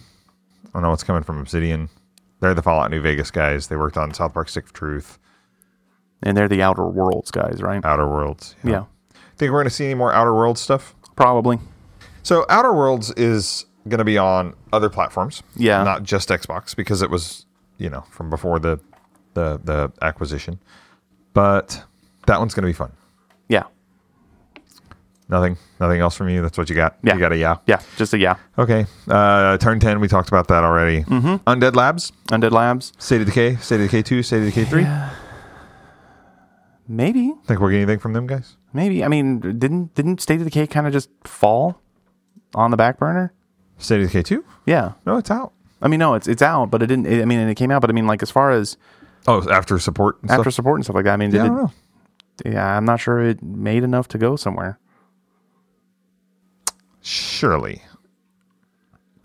S1: I don't know what's coming from Obsidian. They're the Fallout New Vegas guys. They worked on South Park: Stick of Truth,
S2: And they're the Outer Worlds guys, right?
S1: Outer Worlds. you know.
S2: yeah,
S1: Think we're going to see any more Outer Worlds stuff?
S2: probably.
S1: So Outer Worlds is going to be on other platforms.
S2: Yeah.
S1: Not just Xbox because it was, you know, from before the the the acquisition. But that one's going to be fun.
S2: Yeah.
S1: Nothing, nothing else from you. That's what you got.
S2: Yeah.
S1: You got a yeah.
S2: Yeah, just a yeah.
S1: Okay. Uh, Turn ten. We talked about that already. Mm-hmm. Undead Labs.
S2: Undead Labs,
S1: State of Decay, State of Decay 2, State of Decay 3.
S2: maybe,
S1: Think we're getting anything from them guys?
S2: maybe. I mean, didn't didn't State of Decay kind of just fall on the back burner?
S1: State of Decay 2?
S2: Yeah.
S1: No, it's out.
S2: I mean, no, it's it's out, but it didn't. It, I mean, and it came out, but I mean, like as far as
S1: Oh, after support and
S2: after
S1: stuff?
S2: support and stuff like that. I mean, did
S1: Yeah, I
S2: it-
S1: don't know.
S2: yeah, I'm not sure it made enough to go somewhere.
S1: Surely.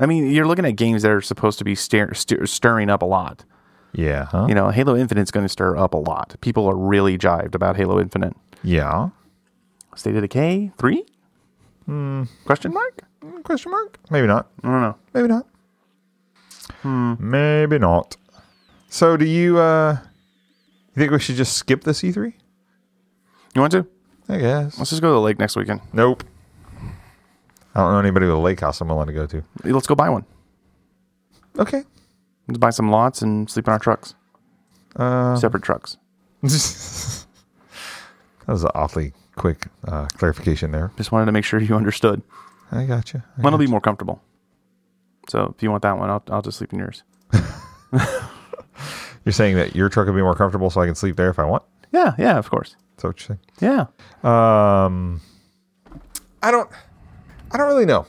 S2: I mean, you're looking at games that are supposed to be stir, stir, stirring up a lot.
S1: Yeah, huh?
S2: You know, Halo Infinite's going to stir up a lot. People are really jived about Halo Infinite.
S1: Yeah.
S2: State of Decay three. Question mark?
S1: Mm, Question mark? Maybe not.
S2: I don't know.
S1: Maybe not. Maybe not. So do you uh you think we should just skip this E3?
S2: You want to?
S1: I guess.
S2: Let's just go to the lake next weekend.
S1: Nope. I don't know anybody with a lake house I'm willing to go to.
S2: Let's go buy one.
S1: Okay.
S2: Let's buy some lots and sleep in our trucks.
S1: Uh,
S2: Separate trucks.
S1: that was an awfully quick uh, clarification there.
S2: Just wanted to make sure you understood.
S1: I got you.
S2: One'll be more comfortable. So if you want that one, I'll, I'll just sleep in yours.
S1: You're saying that your truck would be more comfortable, so I can sleep there if I want.
S2: Yeah, yeah, of course.
S1: That's what you're
S2: Yeah.
S1: saying. Um, I don't. I don't really know.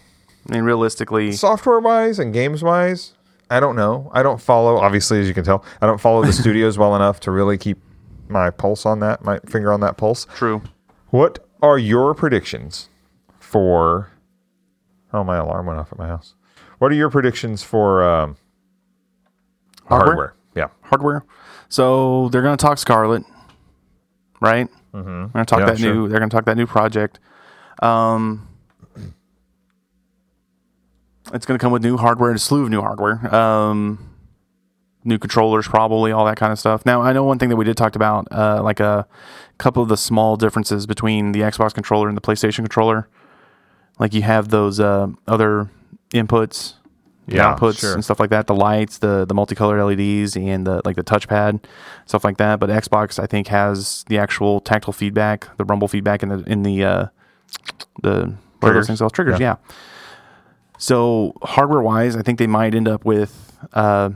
S2: I mean, realistically,
S1: Software wise and games wise, I don't know. I don't follow. Obviously, as you can tell, I don't follow the studios well enough to really keep my pulse on that, my finger on that pulse.
S2: true.
S1: What are your predictions for? Oh, my alarm went off at my house. What are your predictions for um,
S2: Hardware?
S1: Yeah.
S2: Hardware. So they're going to talk Scarlet, right? Mm-hmm. They're going to talk
S1: Yeah,
S2: that
S1: sure.
S2: new. They're going to talk that new project. Um, it's going to come with new hardware, a slew of new hardware, um, new controllers, probably all that kind of stuff. Now, I know one thing that we did talk about, uh, like a couple of the small differences between the Xbox controller and the PlayStation controller. Like you have those uh, other inputs,
S1: Yeah,
S2: outputs,
S1: sure.
S2: and stuff like that. The lights, the the multicolored LEDs, and the like the touchpad, stuff like that. But Xbox, I think, has the actual tactile feedback, the rumble feedback in the in the uh, the what are
S1: Triggers.
S2: those things called? Triggers,
S1: Yeah.
S2: yeah. So hardware wise, I think they might end up with uh,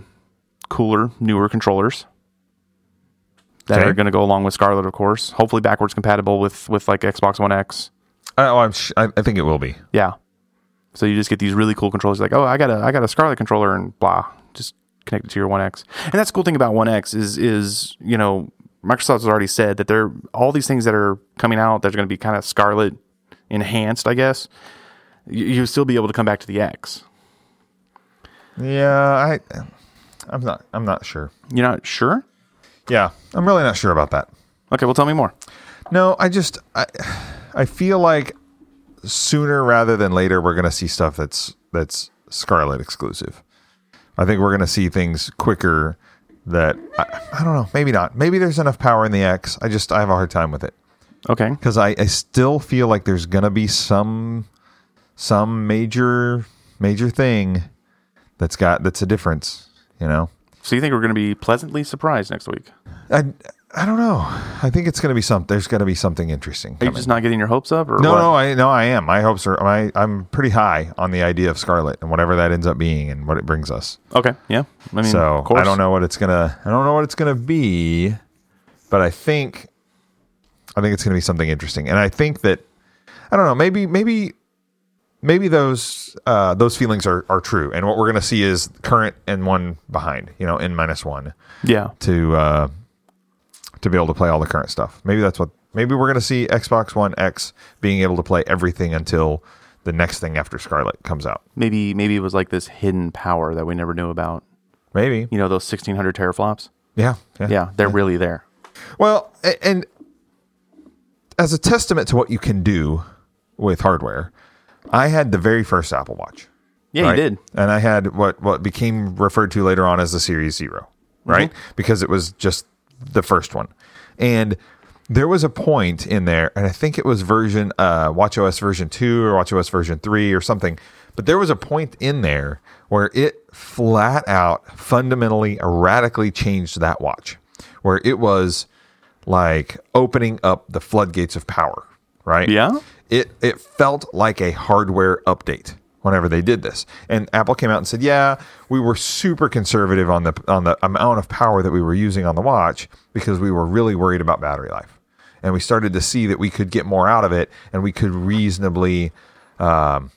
S2: cooler, newer controllers that
S1: Okay.
S2: are going to go along with Scarlet, of course. Hopefully, backwards compatible with with like Xbox One X.
S1: I, oh, I'm. Sh- I, I think it will be.
S2: Yeah. So you just get these really cool controllers. Like, oh, I got a I got a Scarlet controller and blah, just connect it to your One X. And that's the cool thing about One X is is you know Microsoft has already said that they're all these things that are coming out that are going to be kind of Scarlet enhanced, I guess. You, you'll still be able to come back to the X.
S1: Yeah. I. I'm not. I'm not sure.
S2: You're not sure?
S1: Yeah. I'm really not sure about that.
S2: Okay, well, tell me more.
S1: No, I just. I. I feel like sooner rather than later we're gonna see stuff that's that's Scarlet exclusive. I think we're gonna see things quicker. That I, I don't know. Maybe not. Maybe there's enough power in the X. I just. I have a hard time with it.
S2: Okay.
S1: because I, I still feel like there's gonna be some some major major thing that's got that's a difference you know
S2: So you think we're going to be pleasantly surprised next week?
S1: i i don't know i think it's gonna be some there's gonna be something interesting
S2: Are you
S1: coming.
S2: just not getting your hopes up, or
S1: no
S2: what?
S1: no i no i am my hopes are i i'm pretty high on the idea of scarlet and whatever that ends up being and what it brings us
S2: Okay, yeah. I mean,
S1: so
S2: of course.
S1: i don't know what it's gonna i don't know what it's gonna be but i think i think it's gonna be something interesting and i think that i don't know maybe maybe maybe those uh those feelings are are true and what we're gonna see is current and one behind you know n minus one
S2: Yeah,
S1: to uh to be able to play all the current stuff maybe that's what maybe we're gonna see xbox one x being able to play everything until the next thing after scarlet comes out
S2: maybe maybe it was like this hidden power that we never knew about.
S1: maybe
S2: You know, those sixteen hundred teraflops.
S1: yeah
S2: Yeah, they're really there.
S1: Well, a- and as a testament to what you can do with hardware, I had the very first Apple Watch.
S2: Yeah,
S1: right?
S2: you did.
S1: And I had what what became referred to later on as the Series Zero,
S2: Mm-hmm.
S1: right? Because it was just the first one, and there was a point in there, and I think it was version uh, WatchOS version two or WatchOS version three or something. But there was a point in there where it flat out fundamentally radically changed that watch, where it was like opening up the floodgates of power, right?
S2: Yeah.
S1: it it felt like a hardware update whenever they did this. And Apple came out and said, "Yeah, we were super conservative on the on the amount of power that we were using on the watch because we were really worried about battery life." And we started to see that we could get more out of it and we could reasonably um,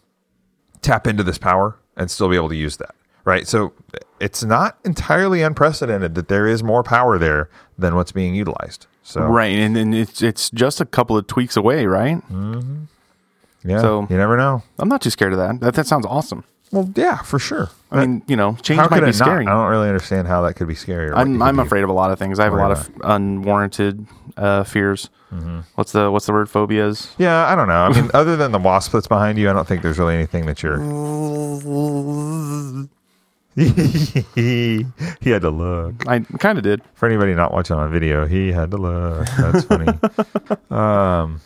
S1: tap into this power and still be able to use that. Right. So it's not entirely unprecedented that there is more power there than what's being utilized. So
S2: Right, and then it's it's just a couple of tweaks away, right?
S1: yeah,
S2: So-
S1: you never know.
S2: I'm not too scared of that. That that sounds awesome.
S1: Well, yeah, for sure.
S2: I mean, you know, change
S1: How
S2: might
S1: could
S2: be
S1: it not?
S2: scary.
S1: I don't really understand how that could be scary. or what you
S2: I'm
S1: could
S2: I'm
S1: do.
S2: afraid of a lot of things. I have a lot
S1: Right
S2: of unwarranted uh, fears. What's the what's the word? Phobias.
S1: Yeah, I don't know. I mean, other than the wasp that's behind you, I don't think there's really anything that you're. he had to look.
S2: I kind of did.
S1: For anybody not watching on video, he had to look. That's funny. um,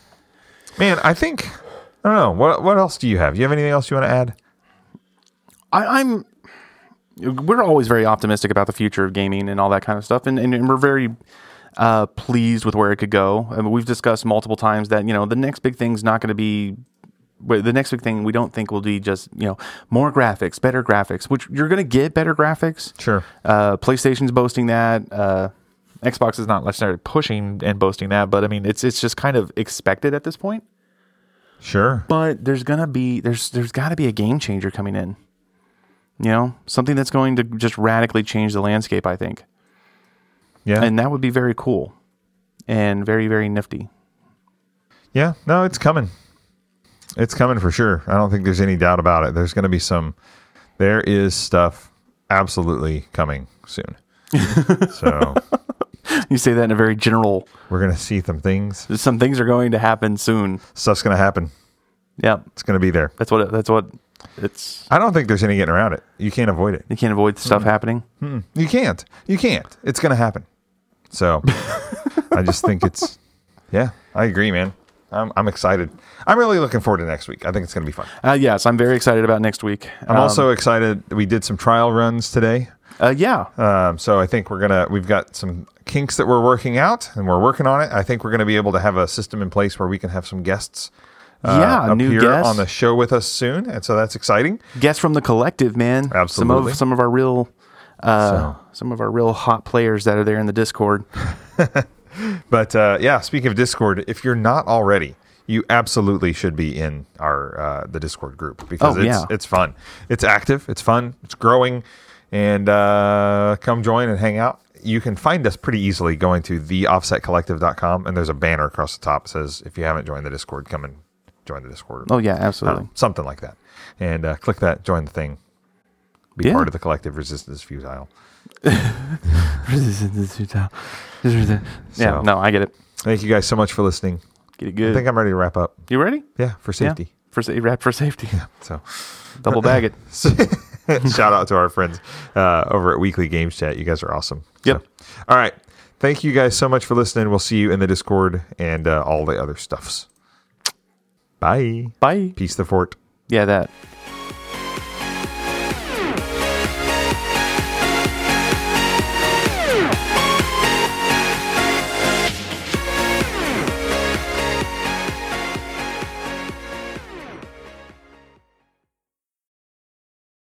S1: man, I think I don't know what what else do you have. Do you have anything else you want to add?
S2: I, I'm. We're always very optimistic about the future of gaming and all that kind of stuff, and and, and we're very uh, pleased with where it could go. I mean, we've discussed multiple times that you know the next big thing's not going to be. well, The next big thing we don't think will be just you know more graphics, better graphics, which you're going to get better graphics.
S1: Sure.
S2: Uh, PlayStation's boasting that. Uh, Xbox is not necessarily pushing and boasting that, but I mean it's it's just kind of expected at this point.
S1: Sure.
S2: But there's gonna be there's there's got to be a game changer coming in. You know, something that's going to just radically change the landscape. I think,
S1: Yeah.
S2: and that would be very cool, and very very nifty.
S1: Yeah, no, it's coming. It's coming for sure. I don't think there's any doubt about it. There's going to be some. There is stuff absolutely coming soon. so
S2: You say that in a very general.
S1: we're going to see some things.
S2: Some things are going to happen soon.
S1: Stuff's going to happen.
S2: Yeah,
S1: It's going to be there.
S2: that's what it, that's what it's.
S1: I don't think there's any getting around it. You can't avoid it.
S2: You can't avoid
S1: Mm-hmm.
S2: stuff happening.
S1: You can't. You can't. It's going to happen. So I just think it's. Yeah, I agree, man. I'm, I'm excited. I'm really looking forward to next week. I think it's going to be fun.
S2: Uh, yes, I'm very excited about next week.
S1: I'm
S2: Um,
S1: also excited. We did some trial runs today.
S2: uh, yeah.
S1: Um, so I think we're gonna we've got some kinks that we're working out, and we're working on it. I think we're gonna be able to have a system in place where we can have some guests, uh,
S2: Yeah, new
S1: appear
S2: guests.
S1: on the show with us soon, and so that's exciting.
S2: guests from the collective, man. Some
S1: Absolutely.
S2: of some of our real uh,
S1: So.
S2: some of our real hot players that are there in the Discord.
S1: But uh, yeah, speaking of Discord, if you're not already, you absolutely should be in our uh, the Discord group because
S2: Oh,
S1: it's
S2: yeah.
S1: it's fun, it's active, it's fun, it's growing, and uh, come join and hang out. You can find us pretty easily going to theoffsetcollective.com, and there's a banner across the top that says, "If you haven't joined the Discord, come and join the Discord."
S2: Oh yeah, absolutely.
S1: Um, something like that, and uh, click that, join the thing, be
S2: Yeah.
S1: part of the collective. Resistance is futile.
S2: yeah,
S1: So-
S2: no, I get it.
S1: Thank you guys so much for listening.
S2: Get it
S1: I
S2: good.
S1: think I'm ready to wrap up.
S2: you ready?
S1: Yeah, for safety.
S2: Yeah. For sa- wrap for safety.
S1: So.
S2: Double bag it.
S1: Shout out to our friends uh, over at Weekly Games Chat. You guys are awesome.
S2: Yep.
S1: So, all right. Thank you guys so much for listening. We'll see you in the Discord and uh, all the other stuffs. Bye.
S2: Bye.
S1: Peace the fort.
S2: Yeah, that.